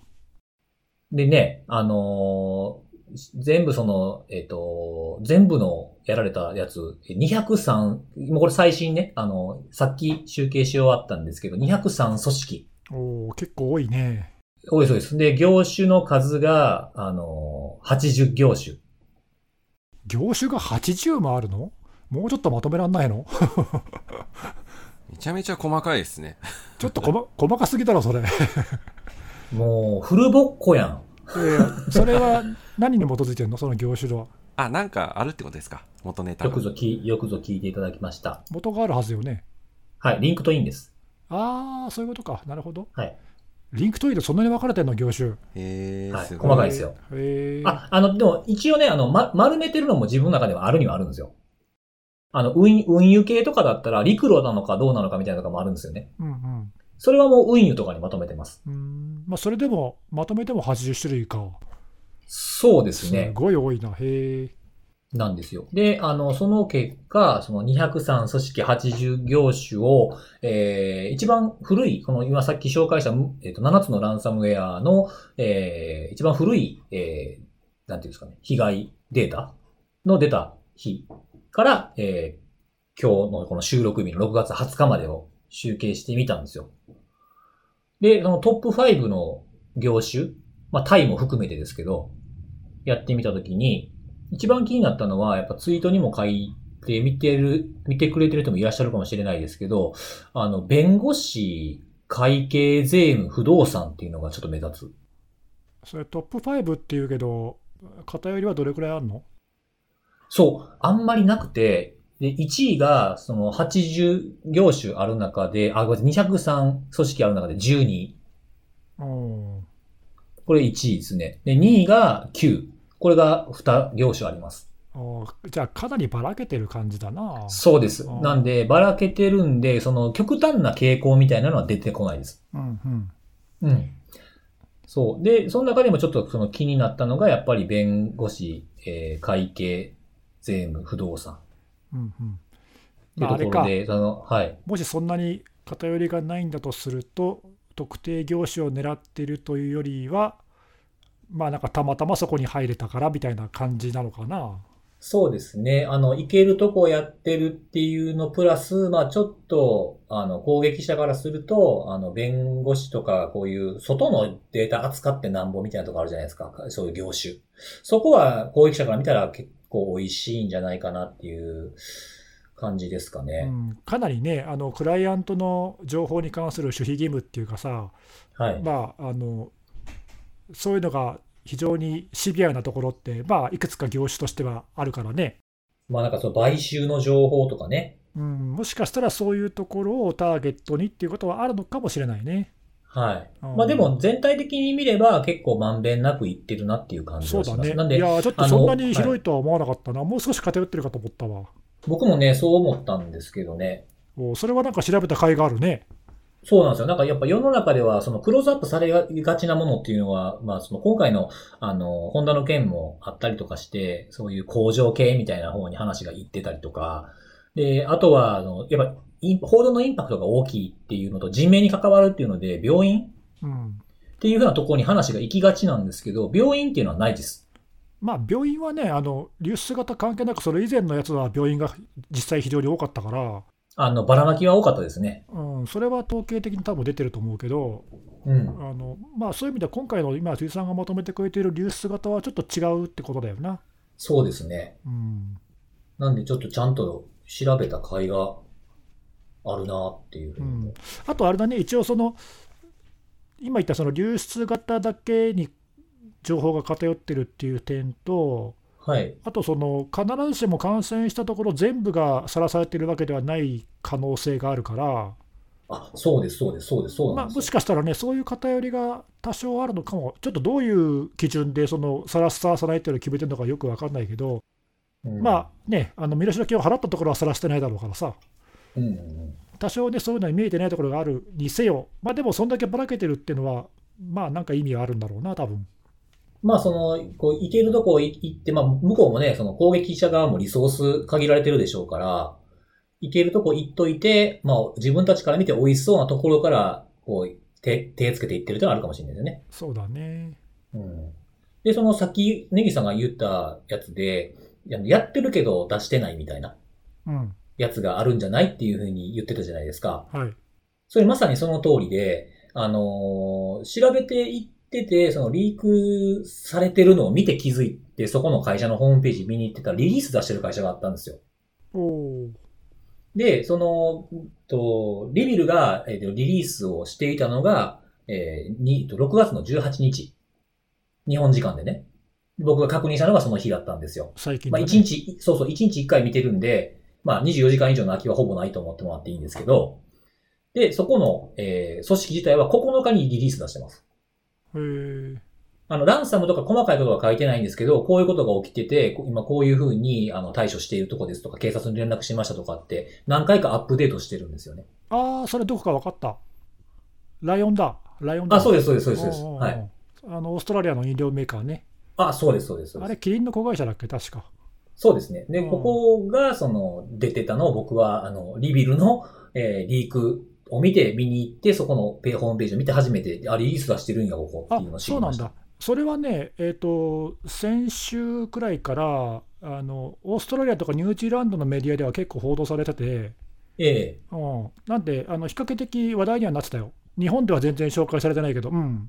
[SPEAKER 1] でね、あのー全部その、えっ、と、全部のやられたやつ、203、もうこれ最新ね、あの、さっき集計し終わったんですけど、203組織。
[SPEAKER 2] おお結構多いね。
[SPEAKER 1] 多いそうです。で、業種の数が、あの、80業種。
[SPEAKER 2] 業種が80もあるのもうちょっとまとめらんないの
[SPEAKER 3] めちゃめちゃ細かいですね。
[SPEAKER 2] ちょっとこま 細かすぎだろ、それ。い
[SPEAKER 1] もう、フルボッコやん。
[SPEAKER 2] やいやそれは何に基づいてるの、その業種は。
[SPEAKER 3] あ、なんかあるってことですか元ネタ
[SPEAKER 1] よ
[SPEAKER 3] が。
[SPEAKER 1] くぞき、よくぞ聞いていただきました。
[SPEAKER 2] 元があるはずよね。
[SPEAKER 1] はい、リンクトインです。
[SPEAKER 2] ああ、そういうことか。なるほど。
[SPEAKER 1] はい。
[SPEAKER 2] リンクトイレ、そんなに分かれてんの、業種。
[SPEAKER 3] へ
[SPEAKER 1] は
[SPEAKER 3] ー、
[SPEAKER 1] い
[SPEAKER 3] すごい。
[SPEAKER 1] 細かいですよ。
[SPEAKER 2] へえ。
[SPEAKER 1] あ、あの、でも一応ね、あの、ま、丸めてるのも自分の中ではあるにはあるんですよ。あの、運、運輸系とかだったら、陸路なのかどうなのかみたいなのとかもあるんですよね。
[SPEAKER 2] うんうん。
[SPEAKER 1] それはもう運輸とかにまとめてます。
[SPEAKER 2] うーんまあ、それでも、まとめても80種類か。
[SPEAKER 1] そうです
[SPEAKER 2] す
[SPEAKER 1] ね。
[SPEAKER 2] ごい多いな。へえ。
[SPEAKER 1] なんですよ。で、あの、その結果、その203組織80業種を、えー、一番古い、この今さっき紹介した、えっと7つのランサムウェアの、えー、一番古い、えー、なんていうんですかね、被害データの出た日から、えー、今日のこの収録日の6月20日までを集計してみたんですよ。で、そのトップ5の業種、まあ、タイも含めてですけど、やってみたときに、一番気になったのは、やっぱツイートにも書いて見てる、見てくれてる人もいらっしゃるかもしれないですけど、あの、弁護士、会計、税務、不動産っていうのがちょっと目立つ。
[SPEAKER 2] それトップ5っていうけど、偏りはどれくらいあるの
[SPEAKER 1] そう、あんまりなくて、で、1位が、その、80業種ある中で、あ、ごめんなさい、203組織ある中で12。
[SPEAKER 2] うん。
[SPEAKER 1] これ1位ですね。で、2位が9。これが2業種あります。
[SPEAKER 2] あーじゃあ、かなりばらけてる感じだな。
[SPEAKER 1] そうです。
[SPEAKER 2] あー
[SPEAKER 1] なんで、ばらけてるんで、その、極端な傾向みたいなのは出てこないです。
[SPEAKER 2] うんうん。
[SPEAKER 1] うん。そう。で、その中でもちょっとその気になったのが、やっぱり弁護士、えー会計、税務、不動産。
[SPEAKER 2] うんうん。
[SPEAKER 1] って
[SPEAKER 2] まあ、あ
[SPEAKER 1] と
[SPEAKER 2] れ
[SPEAKER 1] ころ
[SPEAKER 2] か。
[SPEAKER 1] で、その、はい。
[SPEAKER 2] もしそんなに偏りがないんだとすると、特定業種を狙っているというよりは、まあなんかたまたまそこに入れたからみたいな感じなのかな。
[SPEAKER 1] そうですね。あの、いけるとこやってるっていうのプラス、まあちょっと、あの、攻撃者からすると、あの、弁護士とか、こういう外のデータ扱ってなんぼみたいなとこあるじゃないですか。そういう業種。そこは攻撃者から見たら結構美味しいんじゃないかなっていう感じですか
[SPEAKER 2] う
[SPEAKER 1] ね。
[SPEAKER 2] ん、かなりね、あのクライアントの情報に関する守秘義務っていうかさ、
[SPEAKER 1] はい。
[SPEAKER 2] まあ、あのそういうのが非常にシビアなところって、まあ、いくつか業種としてはあるからね、
[SPEAKER 1] まあなんかその買収の情報とかね。
[SPEAKER 2] うん、もしかしたらそういうところをターゲットにっていうことはあるのかもしれないね。
[SPEAKER 1] はい。
[SPEAKER 2] うん
[SPEAKER 1] まあでも全体的に見れば結構まんべんなくいってるなっていう感じ
[SPEAKER 2] そう
[SPEAKER 1] がし
[SPEAKER 2] だ
[SPEAKER 1] ます。
[SPEAKER 2] ね。
[SPEAKER 1] なん
[SPEAKER 2] い
[SPEAKER 1] で
[SPEAKER 2] やー、ちょっとそんなに広いとは思わなかったな。もう少し偏ってるかと思ったわ。
[SPEAKER 1] 僕もね、そう思ったんですけどね。
[SPEAKER 2] おそれはなんか調べた甲斐があるね。
[SPEAKER 1] そうなんですよ。なんかやっぱ世の中ではそのクローズアップされがちなものっていうのは、まあその今回のあの、ホンダの件もあったりとかして、そういう工場系みたいな方に話が行ってたりとか、で、あとは、あの、やっぱイン報道のインパクトが大きいっていうのと人命に関わるっていうので、病院
[SPEAKER 2] うん。
[SPEAKER 1] っていうふうなところに話が行きがちなんですけど、病院っていうのはないです。
[SPEAKER 2] まあ、病院はね、あの流出型関係なく、それ以前のやつは病院が実際非常に多かったから、
[SPEAKER 1] あの、ばらまきは多かったですね。
[SPEAKER 2] うん、それは統計的に多分出てると思うけど、
[SPEAKER 1] う
[SPEAKER 2] あ
[SPEAKER 1] ん。
[SPEAKER 2] のまあ、そういう意味では今回の今、辻さんがまとめてくれている流出型はちょっと違うってことだよな。
[SPEAKER 1] そうですね。
[SPEAKER 2] うん、
[SPEAKER 1] なんでちょっとちゃんと調べた甲斐があるなっていうふう
[SPEAKER 2] う
[SPEAKER 1] に
[SPEAKER 2] ん、あとあれだね、一応その、今言ったその流出型だけに情報が偏ってるっていう点と、
[SPEAKER 1] はい。
[SPEAKER 2] あとその必ずしも感染したところ全部がさらされてるわけではない可能性があるから、
[SPEAKER 1] あ、そうです、そうです、そうです、そう
[SPEAKER 2] ま
[SPEAKER 1] な
[SPEAKER 2] あ、
[SPEAKER 1] ん
[SPEAKER 2] も
[SPEAKER 1] で
[SPEAKER 2] し
[SPEAKER 1] すよ。
[SPEAKER 2] かしたらね、そういう偏りが多少あるのかも、ちょっとどういう基準でそのさらすさらさないっていうのを決めてるのかよく分かんないけど、
[SPEAKER 1] うん
[SPEAKER 2] まあね、あの身代金を払ったところはさらしてないだろうからさ、
[SPEAKER 1] うんうんうん
[SPEAKER 2] 多少ね、そういうのに見えてないところがあるにせよ、まあでも、そんだけばらけてるっていうのは、まあなんか意味があるんだろうな、多分
[SPEAKER 1] まあ、その、こう、行けるとこ行って、まあ、向こうもね、その攻撃者側もリソース限られてるでしょうから、行けるとこ行っといて、まあ、自分たちから見て美味しそうなところから、こう、手、手つけていってるってのはあるかもしれないですよね。
[SPEAKER 2] そうだね。
[SPEAKER 1] うん。で、そのさっきネギさんが言ったやつで、ややってるけど出してないみたいな
[SPEAKER 2] うん。
[SPEAKER 1] やつがあるんじゃないっていうふうに言ってたじゃないですか。
[SPEAKER 2] はい。
[SPEAKER 1] それまさにその通りで、あのー調べていってて、そのリークされてるのを見て気づいて、そこの会社のホームページ見に行ってたらリリース出してる会社があったんですよ。
[SPEAKER 2] おお。
[SPEAKER 1] で、その、うんと、リビルが、えーとリリースをしていたのが、えーにと6月の18日。日本時間でね。僕が確認したのがその日だったんですよ。
[SPEAKER 2] 最近
[SPEAKER 1] ま
[SPEAKER 2] だ
[SPEAKER 1] あ
[SPEAKER 2] ね、
[SPEAKER 1] 一日、そうそう、一日一回見てるんで、まあ24時間以上の空きはほぼないと思ってもらっていいんですけど、で、そこの、えー組織自体は9日にリリース出してます。
[SPEAKER 2] へー
[SPEAKER 1] あの、ランサムとか細かいことは書いてないんですけど、こういうことが起きてて、こ今こういうふうにあの対処しているとこですとか、警察に連絡しましたとかって、何回かアップデートしてるんですよね。
[SPEAKER 2] ああ、それどこか分かった。ライオンだ。ライオンだ。
[SPEAKER 1] あ、そう
[SPEAKER 2] う
[SPEAKER 1] です、そうです、そうです。そうです
[SPEAKER 2] んうんうん
[SPEAKER 1] はい。
[SPEAKER 2] あの、オーストラリアの飲料メーカーね。
[SPEAKER 1] あ、そうです、そうです。そう
[SPEAKER 2] あ
[SPEAKER 1] です
[SPEAKER 2] れ、キリンの子会社だっけ、確か。
[SPEAKER 1] そうですね。で、
[SPEAKER 2] うん
[SPEAKER 1] ここが、その、出てたのを僕は、あの、リビルの、えーリークを見て、見に行って、そこのペホームページを見て初めて、あ、リリース出してるんや、ここっ
[SPEAKER 2] あ
[SPEAKER 1] ていうのを知り
[SPEAKER 2] そうな
[SPEAKER 1] ま
[SPEAKER 2] ん
[SPEAKER 1] した。
[SPEAKER 2] だ。それはね、えっ、と、先週くらいから、あの、オーストラリアとかニュージーランドのメディアでは結構報道されてて、
[SPEAKER 1] ええ
[SPEAKER 2] うん、なんで、あの比較的話題にはなってたよ。日本では全然紹介されてないけど、うん、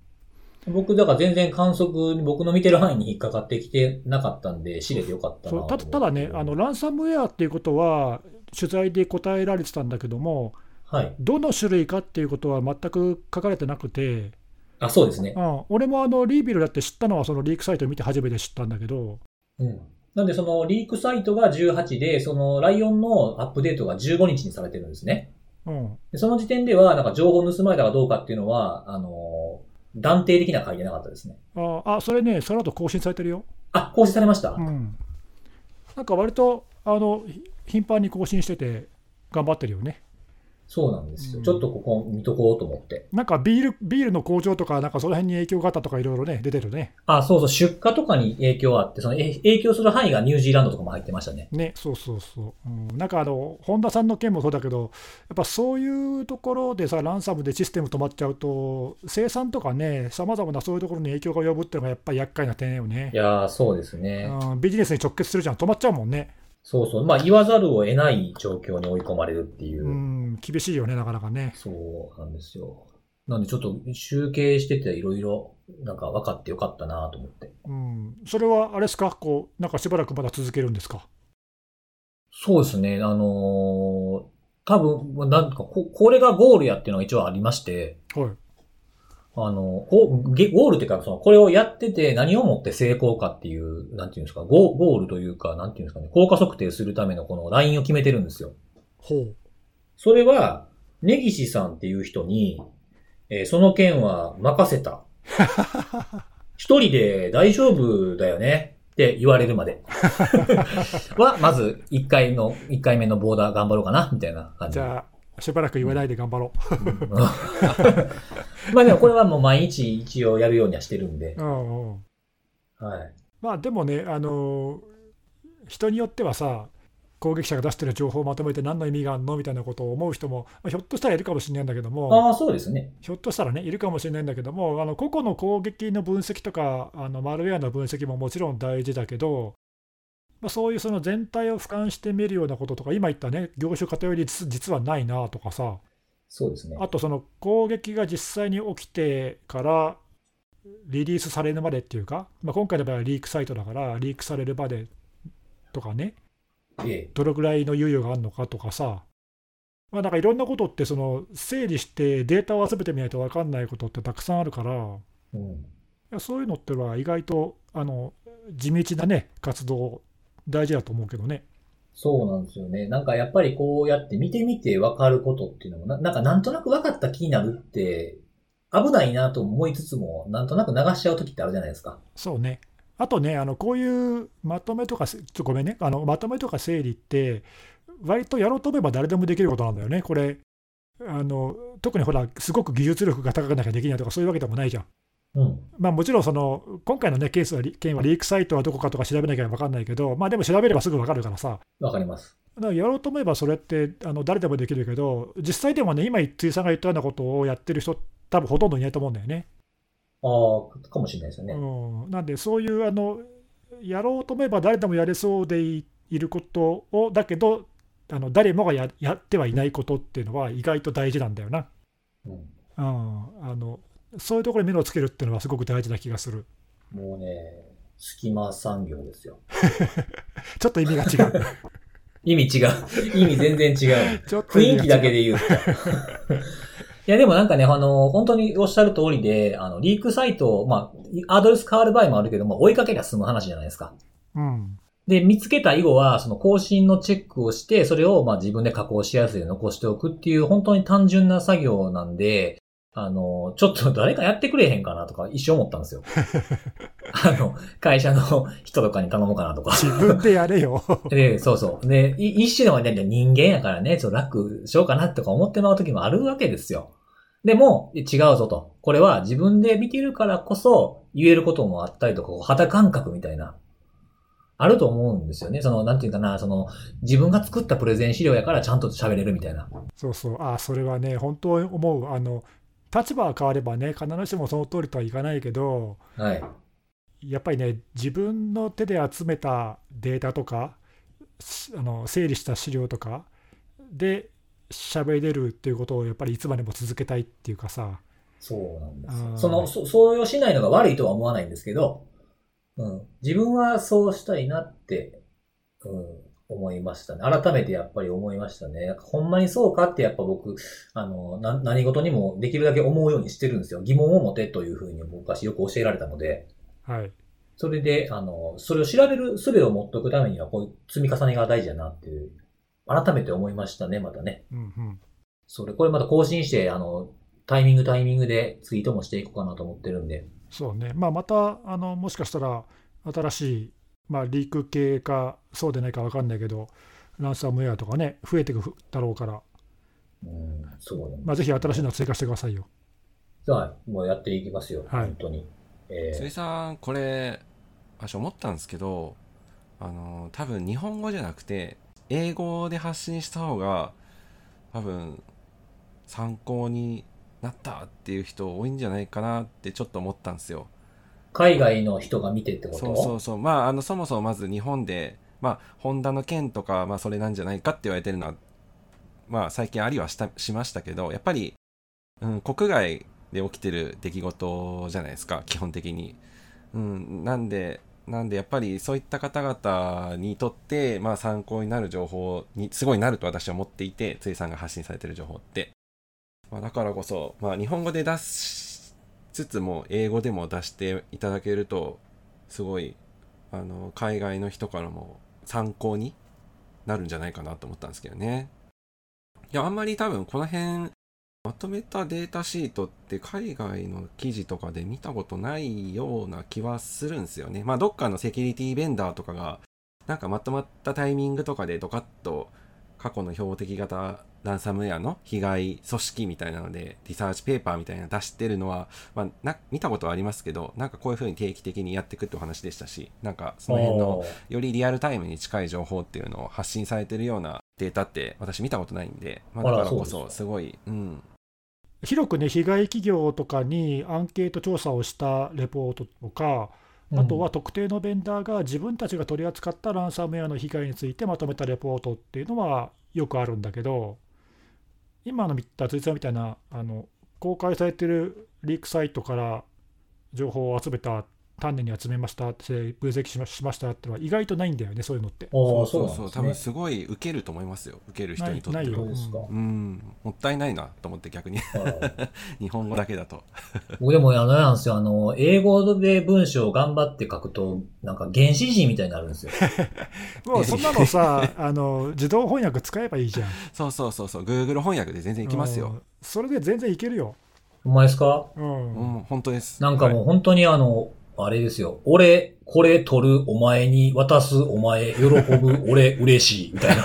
[SPEAKER 1] 僕、だから全然観測に、僕の見てる範囲に引っかかってきてなかったんで、知れてよかったな
[SPEAKER 2] そ
[SPEAKER 1] と
[SPEAKER 2] う
[SPEAKER 1] 思
[SPEAKER 2] た
[SPEAKER 1] って
[SPEAKER 2] だただねあの、ランサムウェアっていうことは、取材で答えられてたんだけども、
[SPEAKER 1] はい。
[SPEAKER 2] どの種類かっていうことは全く書かれてなくて、
[SPEAKER 1] あ、そうですね。
[SPEAKER 2] うん、俺もあのリービルだって知ったのは、そのリークサイトを見て初めて知ったんだけど、
[SPEAKER 1] うん。なんで、その、リークサイトが18で、その、ライオンのアップデートが15日にされてるんですね。
[SPEAKER 2] うん、
[SPEAKER 1] でその時点では、なんか情報盗まれたかどうかっていうのは、あのー断定的な書いてなかったですね。
[SPEAKER 2] ああ、それね、その後更新されてるよ。
[SPEAKER 1] あ、更新されました、
[SPEAKER 2] うん、なんか割とあのひ頻繁に更新してて、頑張ってるよね。
[SPEAKER 1] そうなんですよ、
[SPEAKER 2] うん
[SPEAKER 1] ちょっとここ見とこうと思って。
[SPEAKER 2] なんかビールビールの工場とか、なんかその辺に影響があったとか、いろいろね、出てるね。
[SPEAKER 1] あ、そうそう、出荷とかに影響あって、そのえ影響する範囲がニュージーランドとかも入ってましたね。
[SPEAKER 2] ね、そうそうそう、うん、なんかあの本田さんの件もそうだけど、やっぱそういうところでさ、ランサムでシステム止まっちゃうと、生産とかね、さまざまなそういうところに影響が及ぶっていうのがやっぱり厄介な点よね
[SPEAKER 1] い、やー、そうですね。
[SPEAKER 2] うん、ビジネスに直結するじゃん、止まっちゃうもんね、
[SPEAKER 1] そうそう。まあ、言わざるを得ない状況に追い込まれるっていう。
[SPEAKER 2] うん、厳しいよね、なかなかね。
[SPEAKER 1] そうなんですよ。なんで、ちょっと集計してて、いろいろ、なんか分かってよかったなと思って。
[SPEAKER 2] うん、それはあれですか、こうなんかしばらくまだ続けるんですか。
[SPEAKER 1] そうですね。あのー多分、なんかこ、これがゴールやっていうのが一応ありまして、
[SPEAKER 2] はい
[SPEAKER 1] あの、こう、ゲゴールっていうか、その、これをやってて何をもって成功かっていう、なんていうんですか、ゴーゴールというか、なんていうんですかね、効果測定するためのこのラインを決めてるんですよ。
[SPEAKER 2] ほう
[SPEAKER 1] それは、根岸さんっていう人に、えーその件は任せ た。一人で大丈夫だよねって言われるまで。 は、まず、一回の、一回目のボーダー頑張ろうかな、みたいな感じ。
[SPEAKER 2] じゃあ、しばらく言わないで頑張ろ
[SPEAKER 1] まあでもこれはもう毎日一応やるようにはしてるんで
[SPEAKER 2] う。う。んうん、
[SPEAKER 1] はい。
[SPEAKER 2] まあでもね、あのー人によってはさ、攻撃者が出してる情報をまとめて何の意味があるのみたいなことを思う人も、まあひょっとしたらいるかもしれないんだけども、
[SPEAKER 1] ああ、そうですね。
[SPEAKER 2] ひょっとしたらね、いるかもしれないんだけども、あの個々の攻撃の分析とか、あのマルウェアの分析ももちろん大事だけど、まあ、そういうその全体を俯瞰してみるようなこととか、今言ったね、業種偏り実実はないなとかさ、
[SPEAKER 1] そうですね。
[SPEAKER 2] あとその攻撃が実際に起きてからリリースされるまでっていうか、まあ、今回の場合はリークサイトだから、リークされるまでとかね、
[SPEAKER 1] ええ。
[SPEAKER 2] どのぐらいの猶予があるのかとかさ、まあ、なんかいろんなことってその整理してデータを集めてみないと分かんないことってたくさんあるから、い
[SPEAKER 1] うん。
[SPEAKER 2] やそういうのってのは意外とあの地道なね、活動、大事だと思うけどね。
[SPEAKER 1] そうなんですよね。なんかやっぱりこうやって見てみて分かることっていうのもな、なんかなんとなく分かった気になるって、危ないなと思いつつも、なんとなく流しちゃう時ってあるじゃないですか。
[SPEAKER 2] そうね。あとね、あのこういうまとめとかせ、ちょっとごめんね、あのまとめとか整理って、割とやろうと思えば誰でもできることなんだよね、これ。あの特にほら、すごく技術力が高くなきゃできないとか、そういうわけでもないじゃん。
[SPEAKER 1] うん。
[SPEAKER 2] まあ、もちろんその、今回の、ね、ケースはリ、件はリークサイトはどこかとか調べなきゃ分かんないけど、まあ、でも調べればすぐ分かるからさ、
[SPEAKER 1] わかります。
[SPEAKER 2] だからやろうと思えばそれってあの誰でもできるけど、実際でもね、今、つ井さんが言ったようなことをやってる人、多分ほとんどいないと思うんだよね。
[SPEAKER 1] ああ、かもしれないですよね。
[SPEAKER 2] うん、なんで、そういうあのやろうと思えば誰でもやれそうでいいることを、だけど、あの誰もがややってはいないことっていうのは意外と大事なんだよな。
[SPEAKER 1] うん
[SPEAKER 2] うん、あのそういうところに目をつけるっていうのはすごく大事な気がする。
[SPEAKER 1] もうね、隙間産業ですよ。
[SPEAKER 2] ちょっと意味が違う。
[SPEAKER 1] 意味違 う。意味全然違う。
[SPEAKER 2] ちょっと意味
[SPEAKER 1] 雰囲
[SPEAKER 2] が違う
[SPEAKER 1] 気だけ で言うと。いや、でもなんかね、あの、本当におっしゃる通りで、あの、リークサイト、まあ、アドレス変わる場合もあるけど、まあ、追いかけりゃ済む話じゃないですか。
[SPEAKER 2] うん。
[SPEAKER 1] で、見つけた以後は、その更新のチェックをして、それをまあ自分で加工しやすいように残しておくっていう、本当に単純な作業なんで、あの、ちょっと誰かやってくれへんかなとか一生思ったんですよ。あの、会社の人とかに頼もうかなとか。
[SPEAKER 2] 自分でやれよ。
[SPEAKER 1] で、そうそう。で、い一種のね人間やからね、ちょっと楽しようかなとか思ってまう時もあるわけですよ。でも、違うぞと。これは自分で見てるからこそ言えることもあったりとか、こう肌感覚みたいな、あると思うんですよね。その、なんていうかな、その、自分が作ったプレゼン資料やからちゃんと喋れるみたいな。
[SPEAKER 2] そうそう。あそれはね、本当に思う。あの、立場が変わればね、必ずしもその通りとはいかないけど、
[SPEAKER 1] はい。
[SPEAKER 2] やっぱりね、自分の手で集めたデータとか、しあの整理した資料とかで喋れるっていうことをやっぱりいつまでも続けたいっていうかさ、
[SPEAKER 1] そうなんで
[SPEAKER 2] あー
[SPEAKER 1] すよ。その、そ、そうしないのが悪いとは思わないんですけど、うん。自分はそうしたいなって、うん、思いましたね。改めてやっぱり思いましたね。ほんまにそうかってやっぱ僕、あの、な、何事にもできるだけ思うようにしてるんですよ。疑問を持てというふうに昔よく教えられたので、
[SPEAKER 2] はい、
[SPEAKER 1] それで、あの、それを調べる術を持っておくためには、こういう積み重ねが大事だなっていう、改めて思いましたね、またね。
[SPEAKER 2] うんうん、
[SPEAKER 1] それ、これまた更新して、あの、タイミングタイミングでツイートもしていこうかなと思ってるんで。
[SPEAKER 2] そうね、まあ、またあのもしかしたら新しい、まあ、リーク系かそうでないか分かんないけど、ランサムウェアとかね、増えていくだろうから、
[SPEAKER 1] うん、そうなんで
[SPEAKER 2] まあ、ぜひ新しいのを追加してくださいよ。
[SPEAKER 1] す。はい、もうやっていきますよ、
[SPEAKER 2] はい
[SPEAKER 1] 本当に。え
[SPEAKER 3] 辻
[SPEAKER 1] ー、
[SPEAKER 3] さん、これ、私思ったんですけど、あの、多分日本語じゃなくて、英語で発信した方が、多分、参考になったっていう人多いんじゃないかなってちょっと思ったんですよ。
[SPEAKER 1] 海外の人が見てってこと
[SPEAKER 3] そうそうそう。まあ、あの、そもそもまず日本で、まあ、ホンダの件とか、まあ、それなんじゃないかって言われてるのは、まあ、最近ありはした、しましたけど、やっぱり、うん、国外で起きてる出来事じゃないですか、基本的に。うん、なんで、なんで、やっぱりそういった方々にとって、まあ、参考になる情報に、すごいなると私は思っていて、ついさんが発信されてる情報って。まあ、だからこそ、まあ、日本語で出しつつも、英語でも出していただけると、すごいあの海外の人からも参考になるんじゃないかなと思ったんですけどねいやあんまり多分この辺まとめたデータシートって海外の記事とかで見たことないような気はするんですよねまあどっかのセキュリティベンダーとかがなんかまとまったタイミングとかでドカッと過去の標的型ランサムウェアの被害組織みたいなのでリサーチペーパーみたいなの出してるのはまあ、な見たことはありますけどなんかこういうふうに定期的にやっていくってお話でしたしなんかその辺の
[SPEAKER 1] おー
[SPEAKER 3] よりリアルタイムに近い情報っていうのを発信されてるようなデータって私見たことないんで、まあ、
[SPEAKER 1] あ
[SPEAKER 3] だ
[SPEAKER 1] ら
[SPEAKER 3] からこ
[SPEAKER 1] そう
[SPEAKER 3] そ
[SPEAKER 1] です
[SPEAKER 3] すごいうん
[SPEAKER 2] 広くね、被害企業とかにアンケート調査をしたレポートとか、あとは特定のベンダーが自分たちが取り扱ったランサムウェアの被害についてまとめたレポートっていうのはよくあるんだけど、今の見た辻さんみたいなあの公開されてるリークサイトから情報を集めた、丹念に集めましたって、分析しましましたってのは意外とないんだよね、そういうのって。
[SPEAKER 1] おーそうなんです
[SPEAKER 3] 多分
[SPEAKER 1] ね。
[SPEAKER 3] すごい受けると思いますよ受ける人にとって
[SPEAKER 2] ない
[SPEAKER 1] そ
[SPEAKER 2] よ
[SPEAKER 1] う
[SPEAKER 3] は
[SPEAKER 1] ですか。
[SPEAKER 3] うんもったいないなと思って逆に
[SPEAKER 1] あ
[SPEAKER 3] 日本語だけだと
[SPEAKER 1] ー僕でもあのなんですよ、あの、英語で文章を頑張って書くと、なんか原始人みたいになるんで すよ。
[SPEAKER 2] もうそんなのさあの、自動翻訳使えばいいじゃん。
[SPEAKER 3] そうそうそうそう Google 翻訳で 全然いきます
[SPEAKER 2] う
[SPEAKER 3] よ
[SPEAKER 2] ん。それで全然いけるよ。
[SPEAKER 1] ほんまですか
[SPEAKER 2] うん
[SPEAKER 3] うん本当です
[SPEAKER 1] なんかもう本当にあの、あれですよ。俺、これ取る、お前に渡す、お前、喜ぶ、俺、嬉しい、みたいな。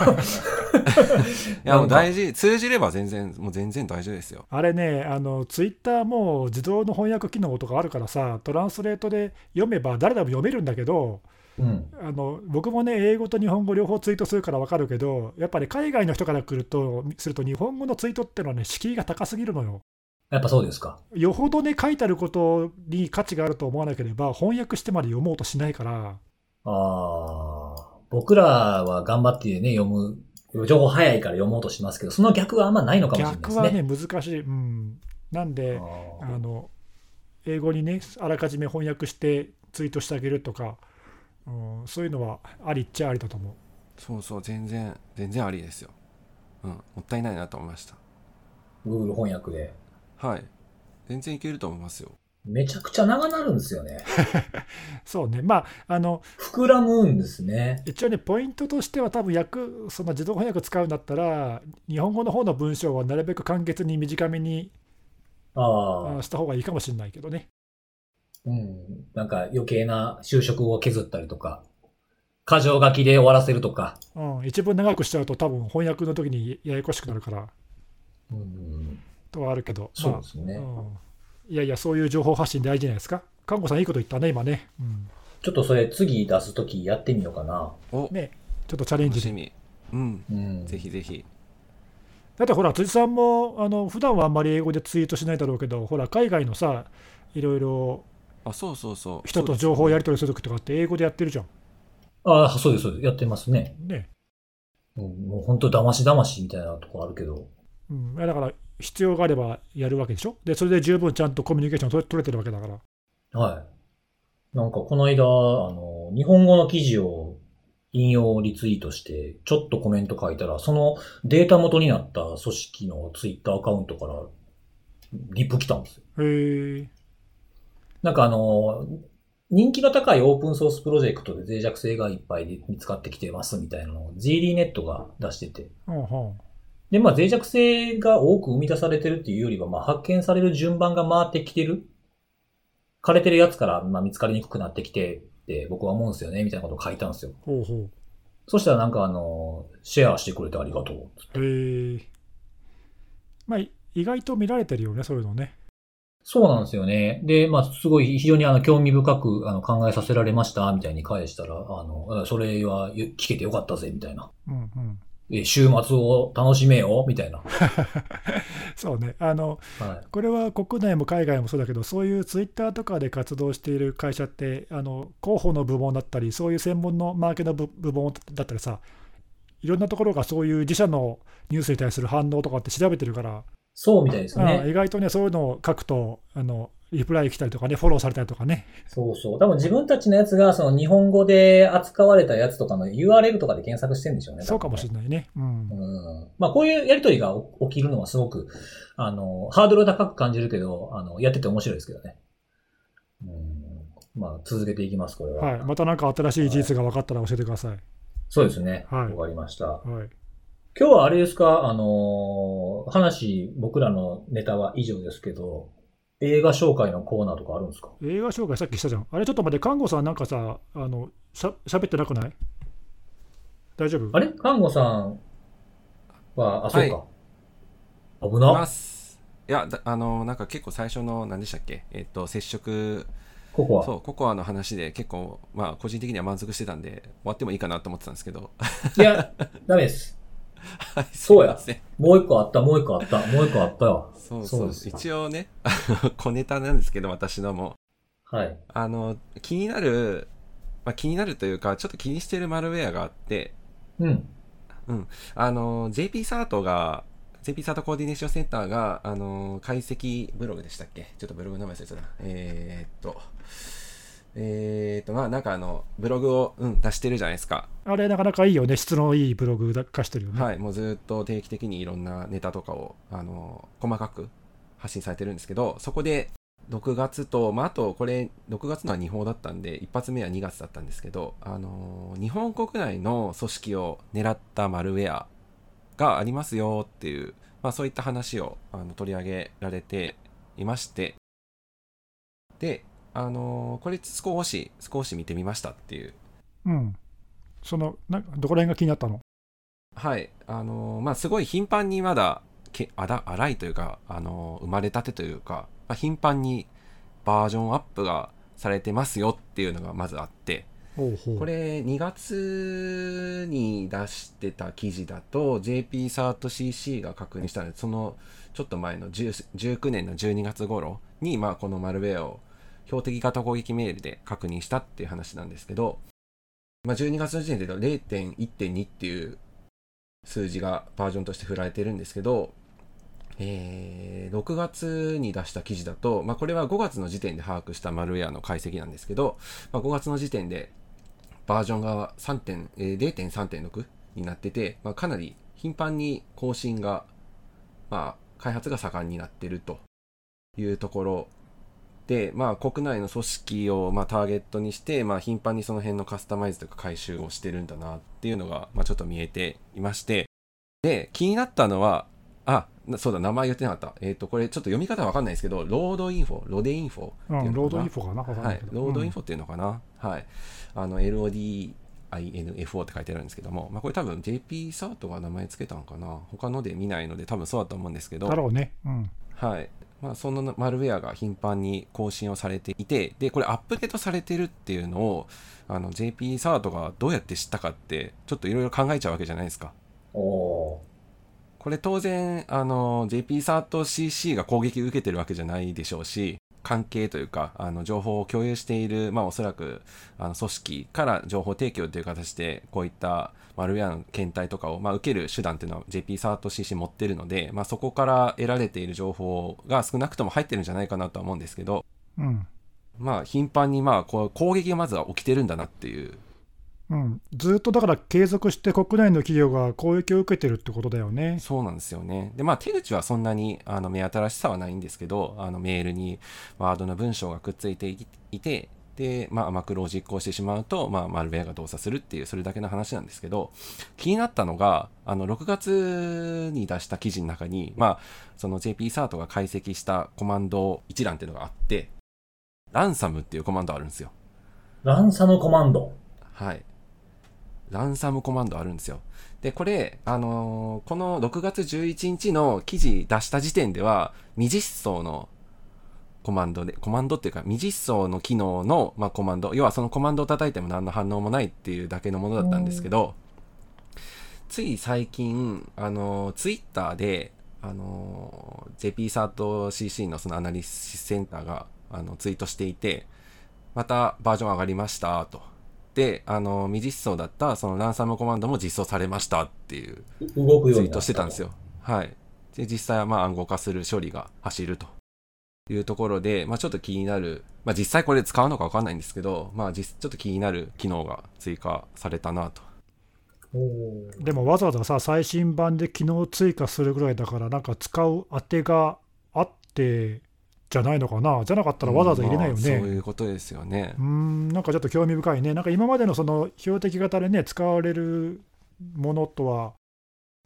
[SPEAKER 3] いやも
[SPEAKER 1] な
[SPEAKER 3] う
[SPEAKER 1] んか
[SPEAKER 3] 大事通じれば全然もう全然大丈夫ですよ
[SPEAKER 2] あれね、あのツイッターも自動の翻訳機能とかあるからさ、トランスレートで読めば誰でも読めるんだけど、
[SPEAKER 1] うん。
[SPEAKER 2] あの僕もね、英語と日本語両方ツイートするから分かるけど、やっぱり海外の人から来ると、すると日本語のツイートってのはね、敷居が高すぎるのよ。
[SPEAKER 1] やっぱそうですか。
[SPEAKER 2] よほどね、書いてあることに価値があると思わなければ、翻訳してまで読もうとしないから、
[SPEAKER 1] ああ、僕らは頑張ってね、読む、情報早いから読もうとしますけど、その逆はあんまないのかもしれないで
[SPEAKER 2] 逆
[SPEAKER 1] す
[SPEAKER 2] は
[SPEAKER 1] ね。
[SPEAKER 2] ね、難しい。うん、なんで、
[SPEAKER 1] あ
[SPEAKER 2] あ
[SPEAKER 1] ー
[SPEAKER 2] の英語にねあらかじめ翻訳してツイートしてあげるとか、うん、そういうのはありっちゃありだと思う
[SPEAKER 3] そうそう、全然、全然ありですよ。うん、もったいないなと思いました。
[SPEAKER 1] Google 翻訳で。
[SPEAKER 3] はい。全然いけると思いますよ。
[SPEAKER 1] めちゃくちゃ長なるんですよね。
[SPEAKER 2] そうねまああの
[SPEAKER 1] 膨らむんですね。
[SPEAKER 2] 一応ねポイントとしては多分訳その自動翻訳使うんだったら日本語の方の文章はなるべく簡潔に短めに
[SPEAKER 1] あ
[SPEAKER 2] あ
[SPEAKER 1] あ、
[SPEAKER 2] した方がいいかもしれないけどね
[SPEAKER 1] うん。なんか余計な就職を削ったりとか、過剰書きで終わらせるとか。
[SPEAKER 2] うん、一文長くしちゃうと多分翻訳の時にややこしくなるから
[SPEAKER 1] うん、
[SPEAKER 2] とはあるけど
[SPEAKER 1] そうですね、
[SPEAKER 2] まあうん、いやいやそういう情報発信大事じゃないですか看護さんいいこと言ったね今ね、うん、
[SPEAKER 1] ちょっとそれ次出すときやってみようかな。
[SPEAKER 3] お、
[SPEAKER 2] ねちょっとチャレンジ
[SPEAKER 3] 楽
[SPEAKER 2] で
[SPEAKER 3] しみ。うん、
[SPEAKER 1] うん。
[SPEAKER 3] ぜひぜひ。
[SPEAKER 2] だってほら、辻さんも、あの普段はあんまり英語でツイートしないだろうけど、ほら、海外のさ、いろいろ
[SPEAKER 3] あ、そうそうそう。
[SPEAKER 2] 人と情報をやり取りするときとかって、英語でやってるじゃん。
[SPEAKER 1] ああ、そうです、そうです。やってますね。
[SPEAKER 2] ね。
[SPEAKER 1] うん、もう本当騙し騙しみたいなとこあるけど。
[SPEAKER 2] うん、だから、必要があればやるわけでしょ。で、それで十分ちゃんとコミュニケーション取れ取れてるわけだから。
[SPEAKER 1] はい。なんかこの間、あの、日本語の記事を引用リツイートして、ちょっとコメント書いたら、そのデータ元になった組織のツイッターアカウントからリプ来たんですよ。
[SPEAKER 2] へえ。
[SPEAKER 1] なんかあの、人気が高いオープンソースプロジェクトで脆弱性がいっぱい見つかってきてますみたいなのを GD ネットが出してて。
[SPEAKER 2] うんうん。
[SPEAKER 1] で、まあ脆弱性が多く生み出されてるっていうよりは、まあ発見される順番が回ってきてる。枯れてるやつから、まあ見つかりにくくなってきてって僕は思うんですよね、みたいなことを書いたんですよ。
[SPEAKER 2] ほうほ
[SPEAKER 1] そしたらなんかあの、シェアしてくれてありがとう。
[SPEAKER 2] う。へえ。まあ、い意外と見られてるよね、そういうのね。
[SPEAKER 1] そうなんですよね。で、まあすごい非常にあの興味深くあの考えさせられました、みたいに返したら、あの、あそれは聞けてよかったぜ、みたいな。
[SPEAKER 2] うんうん。
[SPEAKER 1] え週末を楽しめよ、みたいな。
[SPEAKER 2] そうね。あの、
[SPEAKER 1] はい。
[SPEAKER 2] これは国内も海外もそうだけど、そういうツイッターとかで活動している会社って、あの広報の部門だったり、そういう専門のマーケの部部門だったりさ、いろんなところがそういう自社のニュースに対する反応とかって調べてるから、
[SPEAKER 1] そうみたいです
[SPEAKER 2] ああ
[SPEAKER 1] ね。
[SPEAKER 2] 意外とね、そういうのを書くとあの、リプライ来たりとかね、フォローされたりとかね、
[SPEAKER 1] そうそう。多分自分たちのやつが、その日本語で扱われたやつとかの URL とかで検索してるんでしょうね。
[SPEAKER 2] そうかもし
[SPEAKER 1] れ
[SPEAKER 2] れないね。うん
[SPEAKER 1] ない。うん。まあこういうやりとりが起きるのはすごく、あの、ハードル高く感じるけど、あの、やってて面白いですけどね。うん。まあ続けていきます、これは。
[SPEAKER 2] はい、またなんか新しい事実が分かったら教えてください。
[SPEAKER 1] そうですね。
[SPEAKER 2] はい
[SPEAKER 1] わかりました。
[SPEAKER 2] はい、
[SPEAKER 1] 今日はあれですか、あのー話、僕らのネタは以上ですけど、映画紹介のコーナーとかあるんですか
[SPEAKER 2] 映画紹介さっきしたじゃん。あれちょっと待って、看護さんなんかさ、あのしゃ喋ってなくない大丈夫
[SPEAKER 1] あれ看護さんは、あ、そうか。危
[SPEAKER 3] い
[SPEAKER 1] な
[SPEAKER 3] ま。す。いや、だあの、なんか結構最初の、何でしたっけえっと、接触、
[SPEAKER 1] ここは。
[SPEAKER 3] そう、ココアの話で結構、まあ、個人的には満足してたんで、終わってもいいかなと思ってたんですけど。
[SPEAKER 1] いや、ダメです。
[SPEAKER 3] はい
[SPEAKER 1] そうや
[SPEAKER 3] すいません
[SPEAKER 1] もう一個あった、もう一個あった、もう一個あったよ。
[SPEAKER 3] そう
[SPEAKER 1] そ
[SPEAKER 3] そうう
[SPEAKER 1] です
[SPEAKER 3] 一応ね、あの小ネタなんですけど、私のも。
[SPEAKER 1] はい。
[SPEAKER 3] あの、気になる、まあ、気になるというか、ちょっと気にしてるマルウェアがあって、
[SPEAKER 1] うん。
[SPEAKER 3] あの、JP サートが、JP サートコーディネーションセンターが、あの、解析ブログでしたっけちょっとブログの名前忘れてたな。えー、っと、えー、っと、まあ、なんかあの、ブログを、うん、出してるじゃないですか。
[SPEAKER 2] あれ、なかなかいいよね、質のいいブログだ化してるよね。
[SPEAKER 3] はい、もうずっと定期的にいろんなネタとかを、あの、細かく発信されてるんですけど、そこで、6月と、まあ、あと、これ、6月のは2報だったんで、一発目は2月だったんですけど、あの、日本国内の組織を狙ったマルウェアがありますよっていう、まあ、そういった話をあの取り上げられていまして、で、あの、これ少し、少し見てみましたっていう
[SPEAKER 2] うん。その、などこら辺が気になったの
[SPEAKER 3] はい、あのーまあすごい頻繁にまだけあだ荒いというか、あのー生まれたてというか、まあ、頻繁にバージョンアップがされてますよっていうのがまずあって、
[SPEAKER 2] ほうほう
[SPEAKER 3] これ2月に出してた記事だと JP サート CC が確認したのでそのちょっと前の10 19年の12月頃にまあこのマルウェアを標的型攻撃メールで確認したっていう話なんですけど、まあ、12月の時点で0.1.2っていう数字がバージョンとして振られてるんですけど、えー6月に出した記事だと、まあ、これは5月の時点で把握したマルウェアの解析なんですけど、まあ、5月の時点でバージョンが3点えー0.3.6になってて、まあ、かなり頻繁に更新が、まあ、開発が盛んになってるというところで、まあ、国内の組織を、まあ、ターゲットにして、まあ、頻繁にその辺のカスタマイズとか回収をしてるんだなっていうのが、まあ、ちょっと見えていましてで気になったのはあなそうだ名前言ってなかったえっ、とこれちょっと読み方わかんないですけどロードインフォロデインフォっていううのかな、
[SPEAKER 2] ん、ロードインフォかな、わかんな
[SPEAKER 3] はいい
[SPEAKER 2] け、ど
[SPEAKER 3] ロードイン
[SPEAKER 2] フ
[SPEAKER 3] フォっていうのかな、はい、あの LODINFO って書いてあるんですけども、まあ、これ多分 JP サートが名前つけたのかな他ので見ないので多分そうだと思うんですけど
[SPEAKER 2] だろうね、うん、
[SPEAKER 3] はいまあ、そのマルウェアが頻繁に更新をされていてでこれアップデートされてるっていうのをあの JP サートがどうやって知ったかってちょっといろいろ考えちゃうわけじゃないですか
[SPEAKER 1] おー
[SPEAKER 3] これ当然あの JP サート CC が攻撃受けてるわけじゃないでしょうし関係というかあの情報を共有している、まあ、おそらくあの組織から情報提供という形でこういったマルウェアの検体とかを、まあ、受ける手段というのは JP サート CC 持ってるので、まあ、そこから得られている情報が少なくとも入ってるんじゃないかなとは思うんですけど、
[SPEAKER 2] うん、
[SPEAKER 3] まあ、頻繁にまあこう攻撃がまずは起きてるんだなっていう
[SPEAKER 2] うん、ずっとだから継続して国内の企業が攻撃を受けてるってことだよね。
[SPEAKER 3] そうなんですよね。で、まあ手口はそんなにあの目新しさはないんですけど、あのメールにワードの文章がくっついていいて、で、まあマクロを実行してしまうと、まあマルウェアが動作するっていう、それだけの話なんですけど、気になったのが、あの6月に出した記事の中に、まあその JP サートが解析したコマンド一覧っていうのがあって、ランサムっていうコマンドあるんですよ。
[SPEAKER 1] ランサムコマンド。
[SPEAKER 3] はい。ランサムコマンドあるんですよ。で、これ、あのーこの6月11日の記事出した時点では、未実装のコマンドで、コマンドっていうか、未実装の機能の、まあ、コマンド、要はそのコマンドを叩いても何の反応もないっていうだけのものだったんですけど、つい最近、あのー、ツイッターで、あのー、JP サート CC のそのアナリシスセンターが、あの、ツイートしていて、またバージョン上がりました、と。で、あの、未実装だった、そのランサムコマンドも実装されましたっていう
[SPEAKER 1] う動くよ
[SPEAKER 3] ツ
[SPEAKER 1] う
[SPEAKER 3] イ
[SPEAKER 1] に
[SPEAKER 3] ー
[SPEAKER 1] な
[SPEAKER 3] ト
[SPEAKER 1] っ
[SPEAKER 3] してたんですよ。はい。で、実際はまあ暗号化する処理が走るというところで、まあちょっと気になる、まあ実際これ使うのかわかんないんですけど、まあ実ちょっと気になる機能が追加されたなと。
[SPEAKER 1] おー
[SPEAKER 2] でもわざわざさ、最新版で機能追加するぐらいだから、なんか使う当てがあってじゃないのかな、じゃなかったらわざわざ入れないよ
[SPEAKER 3] まあそう
[SPEAKER 2] ね。
[SPEAKER 3] いうことですよね
[SPEAKER 2] う。ん、なんかちょっと興味深いね、なんか今までのその標的型でね、使われるものとは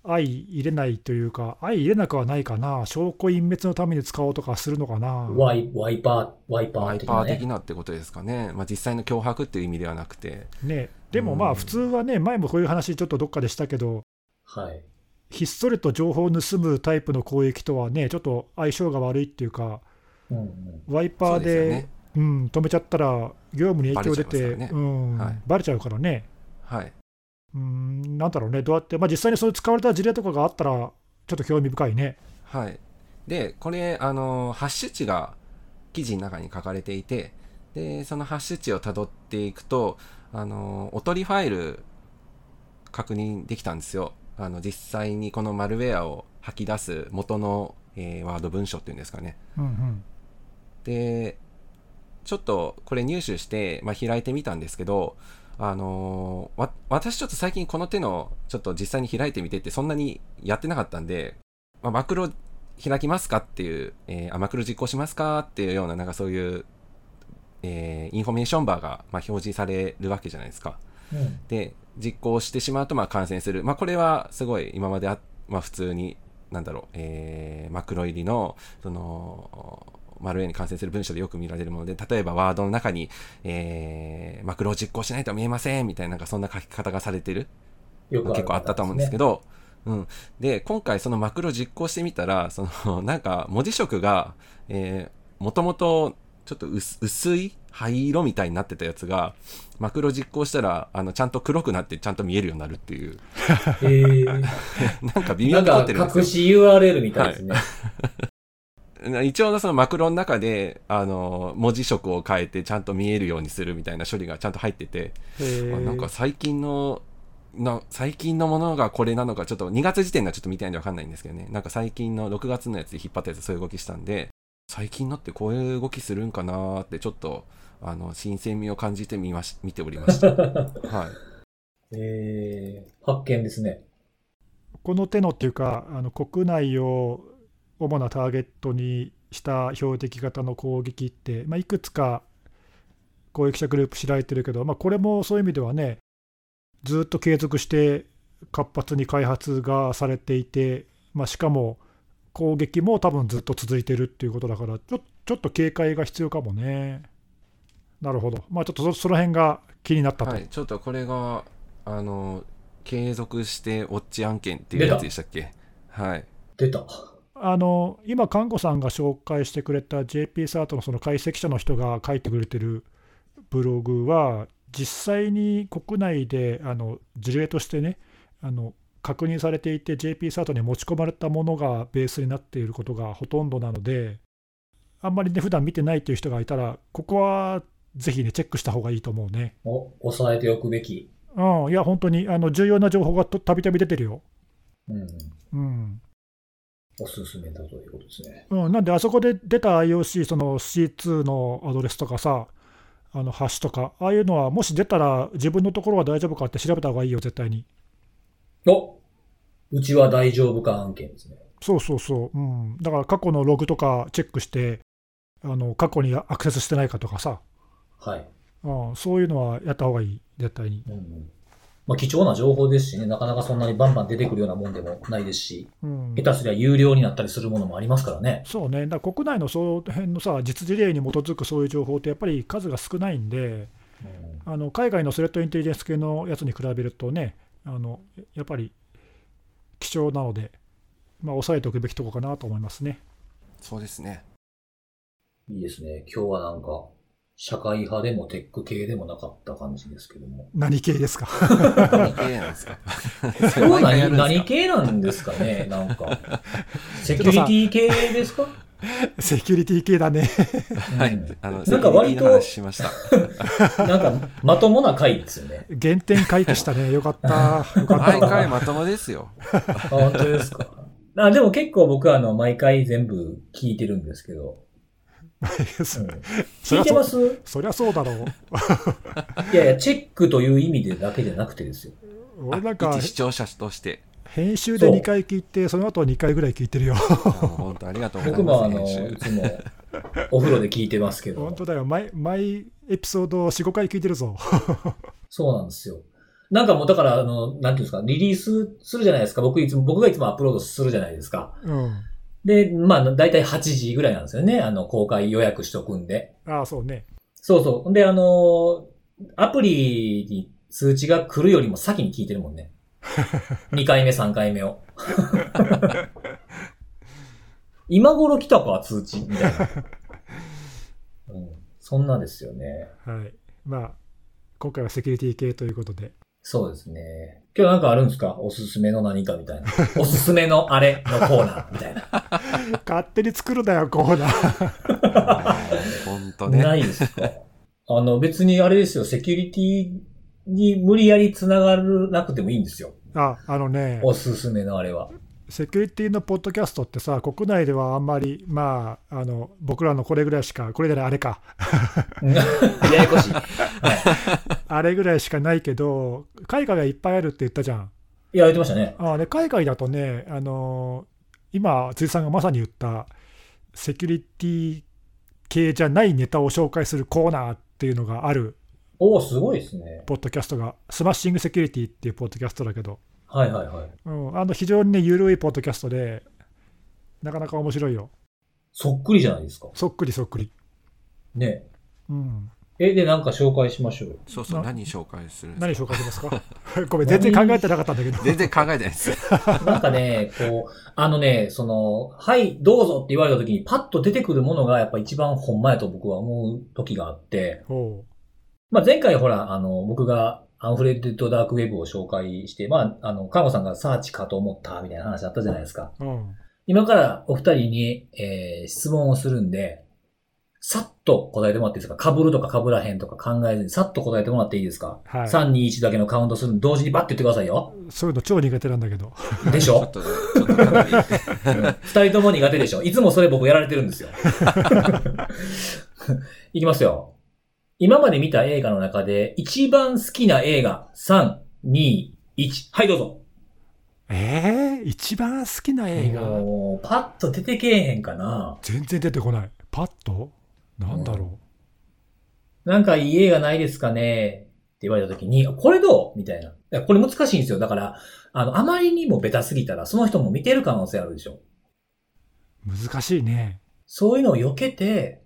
[SPEAKER 2] 相入れないというか、相入れなくはないかな、証拠隠滅のために使おうとかするのかな。
[SPEAKER 1] ワイワイパー、ワイパ
[SPEAKER 3] ワ
[SPEAKER 1] ー
[SPEAKER 3] イ
[SPEAKER 1] 的
[SPEAKER 3] パ
[SPEAKER 1] な
[SPEAKER 3] ー
[SPEAKER 1] ね。
[SPEAKER 3] 的なってことですかね。まあ実際の脅迫っていう意味ではなくて。
[SPEAKER 2] ね、でもま
[SPEAKER 3] う
[SPEAKER 2] あ
[SPEAKER 3] ん
[SPEAKER 2] 普通はね、前もこういう話ちょっとどっかでしたけど、
[SPEAKER 1] はい。
[SPEAKER 2] ひっそりと情報を盗むタイプの攻撃とはね、ちょっと相性が悪いっていうか、
[SPEAKER 1] うんうん、
[SPEAKER 2] ワイパ
[SPEAKER 3] そ
[SPEAKER 2] ー
[SPEAKER 3] う
[SPEAKER 2] で
[SPEAKER 3] ですよね。
[SPEAKER 2] うん、止めちゃったら、業務に影響出て、
[SPEAKER 3] バレちゃいますからね
[SPEAKER 2] うん
[SPEAKER 3] はい
[SPEAKER 2] バレちゃうからね、
[SPEAKER 3] はい。
[SPEAKER 2] うん、なんだろうね、どうやって、まあ、実際にそういう使われた事例とかがあったら、ちょっと興味深いね。
[SPEAKER 3] はい。で、これ、あの、ハッシュ値が記事の中に書かれていて、で、そのハッシュ値をたどっていくと、あの、おとりファイル確認できたんですよ。あの、実際にこのマルウェアを吐き出す元の、えーワード文章っていうんですかね。
[SPEAKER 2] うんうん
[SPEAKER 3] で、ちょっとこれ入手して、まあ、開いてみたんですけど、あのーわ、私ちょっと最近この手の、ちょっと実際に開いてみてってそんなにやってなかったんで、まあ、マクロ開きますかっていう、えーあマクロ実行しますかっていうような、なんかそういう、えーインフォメーションバーが、まあ、表示されるわけじゃないですか。
[SPEAKER 1] うん
[SPEAKER 3] で、実行してしまうと、まあ、感染する。まあ、これはすごい今まであ、まあ、普通に、なんだろう、えー、マクロ入りの、その、マルウェアに感染する文章でよく見られるもので、例えばワードの中に、えー、マクロを実行しないと見えませんみたいな、なんかそんな書き方がされてる
[SPEAKER 1] よ
[SPEAKER 3] 結構あったと思うんですけ
[SPEAKER 1] ど。
[SPEAKER 3] ど、うん。で、今回そのマクロ実行してみたら、 その、なんか文字色が、えー、もともとちょっと薄薄い灰色みたいになってたやつが、マクロ実行したら、あの、ちゃんと黒くなってちゃんと見えるようになるっていう、
[SPEAKER 1] えー、
[SPEAKER 3] なんか微
[SPEAKER 1] な
[SPEAKER 3] 妙
[SPEAKER 1] ん
[SPEAKER 3] に凝
[SPEAKER 1] か
[SPEAKER 3] ってるんですよ
[SPEAKER 1] 隠。し URL みたいですね。
[SPEAKER 3] 一応のそのマクロの中で、あの、文字色を変えてちゃんと見えるようにするみたいな処理がちゃんと入ってて、
[SPEAKER 2] へ
[SPEAKER 3] あ
[SPEAKER 2] ー
[SPEAKER 3] なんか最近の、な最近のものがこれなのか、ちょっと2月時点がちょっと見てないんでわかんないんですけどね。なんか最近の6月のやつで引っ張ったやつそういう動きしたんで、最近のってこういう動きするんかなーってちょっと、あの、新鮮味を感じてみまし、見ておりました。 はい。
[SPEAKER 1] えー、発見ですね。
[SPEAKER 2] この手のっていうか、あの国内を主なターゲットにした標的型の攻撃って、まあ、いくつか攻撃者グループ知られてるけど、まあ、これもそういう意味ではね、ずっと継続して活発に開発がされていて、まあ、しかも攻撃も多分ずっと続いてるっていうことだから、ちょちょっと警戒が必要かもね。なるほど、まあ、ちょっとそその辺が気になったと。
[SPEAKER 3] はい、ちょっとこれが、あの、継続してウォッチ案件っていうやつでしたっけはい。
[SPEAKER 1] 出た。
[SPEAKER 2] あの今、看護さんが紹介してくれた JP サートのその解析者の人が書いてくれてるブログは、実際に国内であの事例としてね、あの確認されていて、JP サートに持ち込まれたものがベースになっていることがほとんどなので、あんまりね、普段見てないという人がいたら、ここはぜひね、チェックした方がいいと思うね。
[SPEAKER 1] お、抑えておくべき。
[SPEAKER 2] うん、いや、本当にあの重要な情報がとたびたび出てるよ。
[SPEAKER 1] うん。
[SPEAKER 2] うん
[SPEAKER 1] おすすめだということですね。
[SPEAKER 2] うん、なんで、あそこで出た IOC、その C2 のアドレスとかさ、あのハッシュとか、ああいうのは、もし出たら自分のところは大丈夫かって調べた方がいいよ、絶対に。
[SPEAKER 1] おうちは大丈夫か案件ですね。
[SPEAKER 2] そうそうそう、うん、だから過去のログとかチェックして、あの過去にアクセスしてないかとかさ、
[SPEAKER 1] はい。
[SPEAKER 2] うん、そういうのはやった方がいい、絶対に。
[SPEAKER 1] うんうん。まあ、貴重な情報ですしね、なかなかそんなにバンバン出てくるようなもんでもないですし、
[SPEAKER 2] うん
[SPEAKER 1] 下手すりゃ有料になったりするものもありますからね。
[SPEAKER 2] そうね、だから国内のその辺のさ、実事例に基づくそういう情報って、やっぱり数が少ないんで、
[SPEAKER 1] うん
[SPEAKER 2] あの海外のスレッドインテリジェンス系のやつに比べるとね、あのやっぱり貴重なので、まあ、抑えておくべきとこかなと思いますね。
[SPEAKER 3] そうですね。
[SPEAKER 1] いいですね。今日はなんか、社会派でもテック系でもなかった感じですけども。
[SPEAKER 2] 何系ですか
[SPEAKER 3] 何系なんですか それ
[SPEAKER 1] 今日
[SPEAKER 3] 毎回
[SPEAKER 1] 何
[SPEAKER 3] やるんです
[SPEAKER 1] 何
[SPEAKER 3] か
[SPEAKER 1] 系なんですかね、なんか。セキュリティ系ですか、
[SPEAKER 2] セキュリティ系だね。
[SPEAKER 1] うん
[SPEAKER 3] はい。あの、
[SPEAKER 1] なんか割と
[SPEAKER 3] セキュリティの話しました。
[SPEAKER 1] なんか、まともな回ですよね。
[SPEAKER 2] 原点回帰したね。よかった。よかった
[SPEAKER 3] 毎回まともですよ。
[SPEAKER 1] あ、本当ですか。あでも結構僕はあの、毎回全部聞いてるんですけど。うん聞いてます
[SPEAKER 2] そりゃそうだろう。
[SPEAKER 1] いやいや、チェックという意味でだけじゃなくてですよ。
[SPEAKER 2] 俺なんか
[SPEAKER 3] あ一視聴者 として。
[SPEAKER 2] 編集で
[SPEAKER 1] そう
[SPEAKER 2] 2回聞いて、その後2回ぐらい聞いてるよ。
[SPEAKER 3] あの本当ありがとうござ
[SPEAKER 1] 僕
[SPEAKER 3] い
[SPEAKER 1] もあ
[SPEAKER 3] ま
[SPEAKER 1] の、
[SPEAKER 3] す、編
[SPEAKER 1] い
[SPEAKER 3] 集。
[SPEAKER 1] つもお風呂で聞いてますけど
[SPEAKER 2] 本。当だよ。毎毎エピソード4、5回聞いてるぞ。
[SPEAKER 1] そうなんですよ。なんかもうだから、あの、なんていうんですか、リリースするじゃないですか。僕いつも、僕がいつもアップロードするじゃないですか。
[SPEAKER 2] うん。
[SPEAKER 1] で、まあ、だいたい8時ぐらいなんですよね。あの、公開予約しとくんで。
[SPEAKER 2] ああ、そうね。
[SPEAKER 1] そうそう。で、あの、アプリに通知が来るよりも先に聞いてるもんね。2回目、3回目を。今頃来たか、通知、みたいな。うん、そんなですよね。
[SPEAKER 2] はい。まあ、今回はセキュリティ系ということで。
[SPEAKER 1] そうですね。今日なんかあるんですかおすすめの何かみたいな。おすすめのあれのコーナーみたいな。
[SPEAKER 2] 勝手に作るなよ、コーナー。
[SPEAKER 3] 本当ね。
[SPEAKER 1] ないですかあの、別にあれですよ、セキュリティに無理やり繋がらなくてもいいんですよ。
[SPEAKER 2] ああのね、
[SPEAKER 1] おすすめのあれは。
[SPEAKER 2] セキュリティのポッドキャストってさ、国内ではあんまり、まあ、あの僕らのこれぐらいしか、これじゃない、あれか、
[SPEAKER 1] ややこしい。
[SPEAKER 2] あれぐらいしかないけど、海外がいっぱいあるって言ったじゃん。
[SPEAKER 1] いや、言ってましたね。
[SPEAKER 2] あで海外だとね、あの今、辻さんがまさに言った、セキュリティ系じゃないネタを紹介するコーナーっていうのがある
[SPEAKER 1] おおすごいですね。
[SPEAKER 2] ポッドキャストが、スマッシングセキュリティっていうポッドキャストだけど、
[SPEAKER 1] はいはいはい。
[SPEAKER 2] うん、あの非常にね、ゆるいポッドキャストで、なかなか面白いよ。
[SPEAKER 1] そっくりじゃないですか。
[SPEAKER 2] そっくりそっくり。
[SPEAKER 1] ね。
[SPEAKER 2] うん、
[SPEAKER 1] え、で、なんか紹介しましょうよ。
[SPEAKER 3] そうそう、
[SPEAKER 2] な
[SPEAKER 3] 何紹介するん
[SPEAKER 2] 何
[SPEAKER 3] ですか
[SPEAKER 2] 紹介します かごめん、全然考えてなかったんだけど。
[SPEAKER 3] 全然考えてないです。
[SPEAKER 1] なんか ね、こう、あのね、その、はい、どうぞって言われた時にパッと出てくるものがやっぱ一番ほんまやと僕は思う時があって、
[SPEAKER 2] おう
[SPEAKER 1] まあ前回ほら、あの、僕がアンフレッドダークウェブを紹介して、まあ、あの、看護さんがサーチかと思ったみたいな話あったじゃないですか。
[SPEAKER 2] うん、
[SPEAKER 1] 今からお二人に、えー質問をするんで、さっと答えてもらっていいですか被るとか被らへんとか考えずにさっと答えてもらっていいですか、
[SPEAKER 2] はい。
[SPEAKER 1] ?3、2、1だけのカウントするの同時にバッて言ってください よ。
[SPEAKER 2] そういうの超苦手なんだけど。
[SPEAKER 1] でし
[SPEAKER 3] ちょ
[SPEAKER 1] ょ
[SPEAKER 3] っと、ちょっとかなり。
[SPEAKER 1] 二人とも苦手でしょいつもそれ僕やられてるんですよ。 いきますよ。今まで見た映画の中で一番好きな映画3、2、1。はい、どうぞ。
[SPEAKER 2] えー、一番好きな映画
[SPEAKER 1] もうパッと出てけえへんかな。
[SPEAKER 2] 全然出てこない。パッとなんだろ
[SPEAKER 1] なんかいい映画ないですかねって言われた時に、これどうみたいな。いやこれ難しいんですよ。だから、あの、あまりにもベタすぎたら、その人も見てる可能性あるでしょ。
[SPEAKER 2] う。難しいね。
[SPEAKER 1] そういうのを避けて、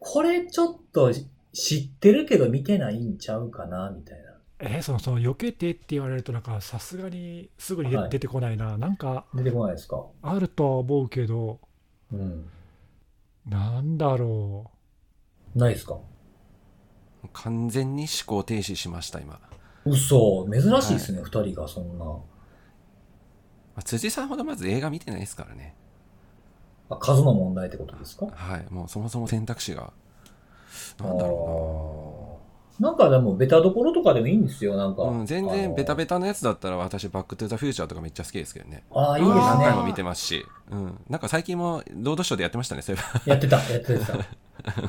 [SPEAKER 1] これちょっと知ってるけど見てないんちゃうかなみたいな。
[SPEAKER 2] えー、その、その、避けてって言われると、なんか、さすがにすぐに出
[SPEAKER 1] はい
[SPEAKER 2] 出てこないな。なんか、
[SPEAKER 1] 出てこないですか
[SPEAKER 2] あるとは思うけど、
[SPEAKER 1] うん。
[SPEAKER 2] なんだろ
[SPEAKER 1] ないですか
[SPEAKER 3] 完全に思考停止しました、今。ま
[SPEAKER 1] 嘘。珍しいですね、二、人がそんな。
[SPEAKER 3] あ辻さんほどまず映画見てないですからね。
[SPEAKER 1] あ数の問題ってことですか
[SPEAKER 3] はい。もうそもそも選択肢が。なんだろ
[SPEAKER 1] うな。なんかでも、ベタどころとかでもいいんですよ、なんか。
[SPEAKER 3] うな。うん、全然ベタ
[SPEAKER 1] ベ
[SPEAKER 3] ベタなやつだったら私、バックトゥザフューチャーとかめっちゃ好きですけどね。
[SPEAKER 1] タ。ああ、いいで
[SPEAKER 3] 何回
[SPEAKER 1] す
[SPEAKER 3] も
[SPEAKER 1] ね。
[SPEAKER 3] 見てますし。うん。なんか最近も、ロードショーでやってましたね、そういえ
[SPEAKER 1] やってた、やってた。
[SPEAKER 2] う。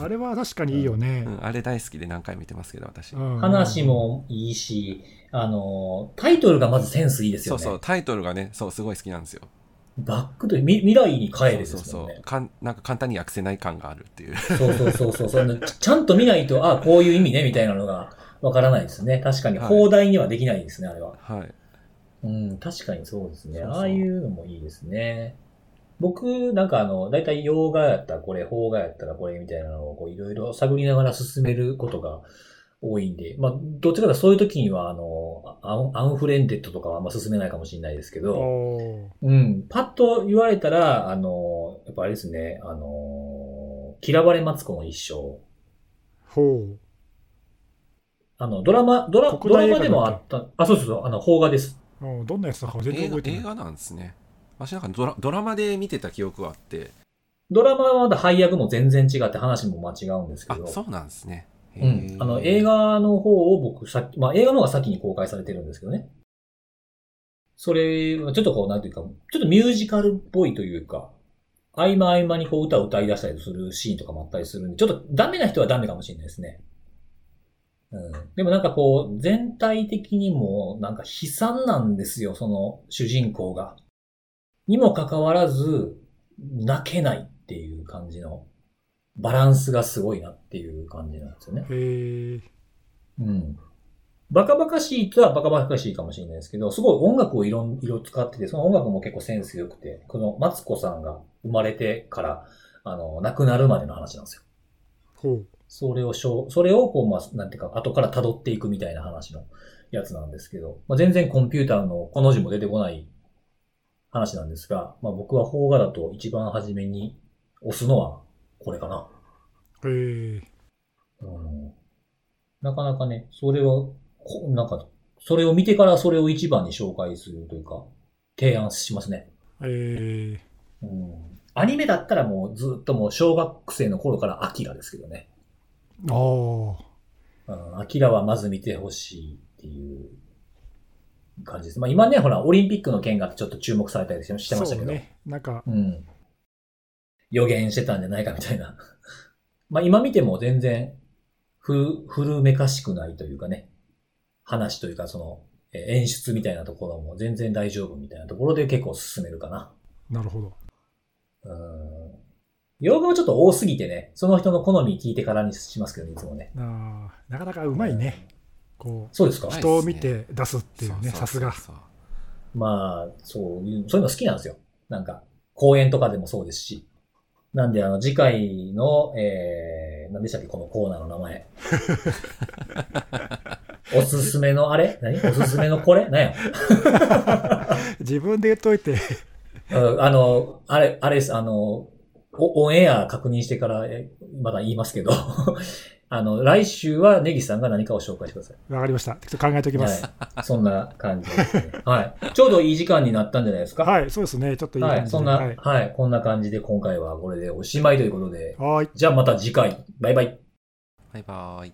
[SPEAKER 2] あれは確かにいいよね
[SPEAKER 3] ば。う。ん、あれ大好きで何回も見てますけど、私。
[SPEAKER 2] うん
[SPEAKER 1] 話。もいいし、あの、タイトルがまずセンスいいです
[SPEAKER 3] そ
[SPEAKER 1] よ
[SPEAKER 3] う
[SPEAKER 1] ね。
[SPEAKER 3] そう、タイトルがね、そう、すごい好きなんですよ。
[SPEAKER 1] バックと未未来に帰れで
[SPEAKER 3] そう
[SPEAKER 1] す
[SPEAKER 3] そ
[SPEAKER 1] もん
[SPEAKER 3] う
[SPEAKER 1] ね
[SPEAKER 3] そう。。かんなんか簡単に訳せない感があるっていう。
[SPEAKER 1] そうそうそうそうそのち。ちゃんと見ないと、あこういう意味ね、みたいなのがわからないですね。確かに、
[SPEAKER 3] はい
[SPEAKER 1] 放題にはできないですね、あれは。
[SPEAKER 3] はい。
[SPEAKER 1] うん、確かにそうですね。
[SPEAKER 3] そうそう
[SPEAKER 1] ああいうのもいいですね。僕、なんかあの、だいたい洋画やったらこれ、邦画やったらこれみたいなのをこういろいろ探りながら進めることが多いんで、まあ、どっちかというとそういう時には、あの、アンアンフレンデッドとかはあんま進めないかもしれないですけど、
[SPEAKER 2] おー
[SPEAKER 1] うん。パッと言われたら、あの、やっぱあれですね、あの、嫌われマツコの一生。
[SPEAKER 2] ほ
[SPEAKER 1] あの、ドラマ、ドラ、
[SPEAKER 2] 国
[SPEAKER 1] ドラ
[SPEAKER 2] 内映画
[SPEAKER 1] マでもあった、あ、そうそうそう、あの、邦画です。
[SPEAKER 2] ううん。どんなやつだか全然
[SPEAKER 3] 映画
[SPEAKER 2] 覚えて
[SPEAKER 3] 映
[SPEAKER 2] ない。
[SPEAKER 3] 画なんですね。私なんかドラドラマで見てた記憶はあって。
[SPEAKER 1] ドラマはまだ配役も全然違って話も間違うんですけ
[SPEAKER 3] あ
[SPEAKER 1] ど、、
[SPEAKER 3] そうなんですね。へ
[SPEAKER 1] う
[SPEAKER 3] ー
[SPEAKER 1] ん。あの、映。画の方を僕、さっき、まあ、映画の方が先に公開されてるんですけどね。それは、ちょっとこう、なんていうか、ちょっとミュージカルっぽいというか、合間合間にこう、歌を歌い出したりするシーンとかもあったりするんで、ちょっとダメな人はダメかもしれないですね。うん。でもなんかこう、全体的にも、なんか悲惨なんですよ、その主人公が。にもかかわらず、泣けないっていう感じの、バランスがすごいなっていう感じなんですよね。
[SPEAKER 2] へー
[SPEAKER 1] うん。バカバカしいとはバカバカしいかもしれないですけど、すごい音楽をいろん、いろ使ってて、その音楽も結構センス良くて、このマツコさんが生まれてから、あの、亡くなるまでの話なんですよ。
[SPEAKER 2] ほう。
[SPEAKER 1] それをしょう、それをこう、まあ、なんていうか、後から辿っていくみたいな話のやつなんですけど、まあ、全然コンピューターのこの字も出てこない話なんですが、まあ、僕は邦画だと一番初めに押すのはこれかな。
[SPEAKER 2] へー
[SPEAKER 1] うんなかなかね、それは、こなんか、それを見てからそれを一番に紹介するというか、提案しますね。
[SPEAKER 2] えー。
[SPEAKER 1] うん。アニメだったらもうずっともう小学生の頃からアキラですけどね。
[SPEAKER 2] あー
[SPEAKER 1] うん、アキラはまず見てほしいっていう感じです。まあ今ね、ほら、オリンピックの件がちょっと注目されたりしてましたけど。
[SPEAKER 2] そうね。なんか、
[SPEAKER 1] うん。予言してたんじゃないかみたいな。 まあ今見ても全然、ふ、古めかしくないというかね。話というかその、えー演出みたいなところも全然大丈夫みたいなところで結構進めるかな。
[SPEAKER 2] なるほど。
[SPEAKER 1] うん。用語はちょっと多すぎてね、その人の好み聞いてからにしますけどね、いつもね。
[SPEAKER 2] なあなかなかうまいね。こう、
[SPEAKER 1] そうですか、
[SPEAKER 3] はい
[SPEAKER 2] 人を見て出すっていうね、
[SPEAKER 3] そう
[SPEAKER 2] さすが。
[SPEAKER 3] そうそう
[SPEAKER 1] まあ、そういう、そういうの好きなんですよ。なんか、公演とかでもそうですし。なんで、あの、次回の、え何でしたっけこのコーナーの名 前。おすすめのあれ何おすすめのこれ何や
[SPEAKER 2] 自分で言っといて、
[SPEAKER 1] うんあの、あれ、あれです、あの、おオンエア確認してから、えまだ言いますけど、 あの、来週はネギさんが何かを紹介してください。
[SPEAKER 2] わかりました。ちょっと考えておきます。
[SPEAKER 1] はい。そんな感じですね。はい。ちょうどいい時間になったんじゃないですか。
[SPEAKER 2] はい、そうですね。ちょっといい
[SPEAKER 1] は
[SPEAKER 2] 感
[SPEAKER 1] い。
[SPEAKER 2] じ
[SPEAKER 1] そん
[SPEAKER 2] で。
[SPEAKER 1] な、
[SPEAKER 2] はい。
[SPEAKER 1] はい。こんな感じで今回はこれでおしまいということで、
[SPEAKER 2] はーい。
[SPEAKER 1] じゃあまた次回。バイバイ。
[SPEAKER 3] バイバーイ。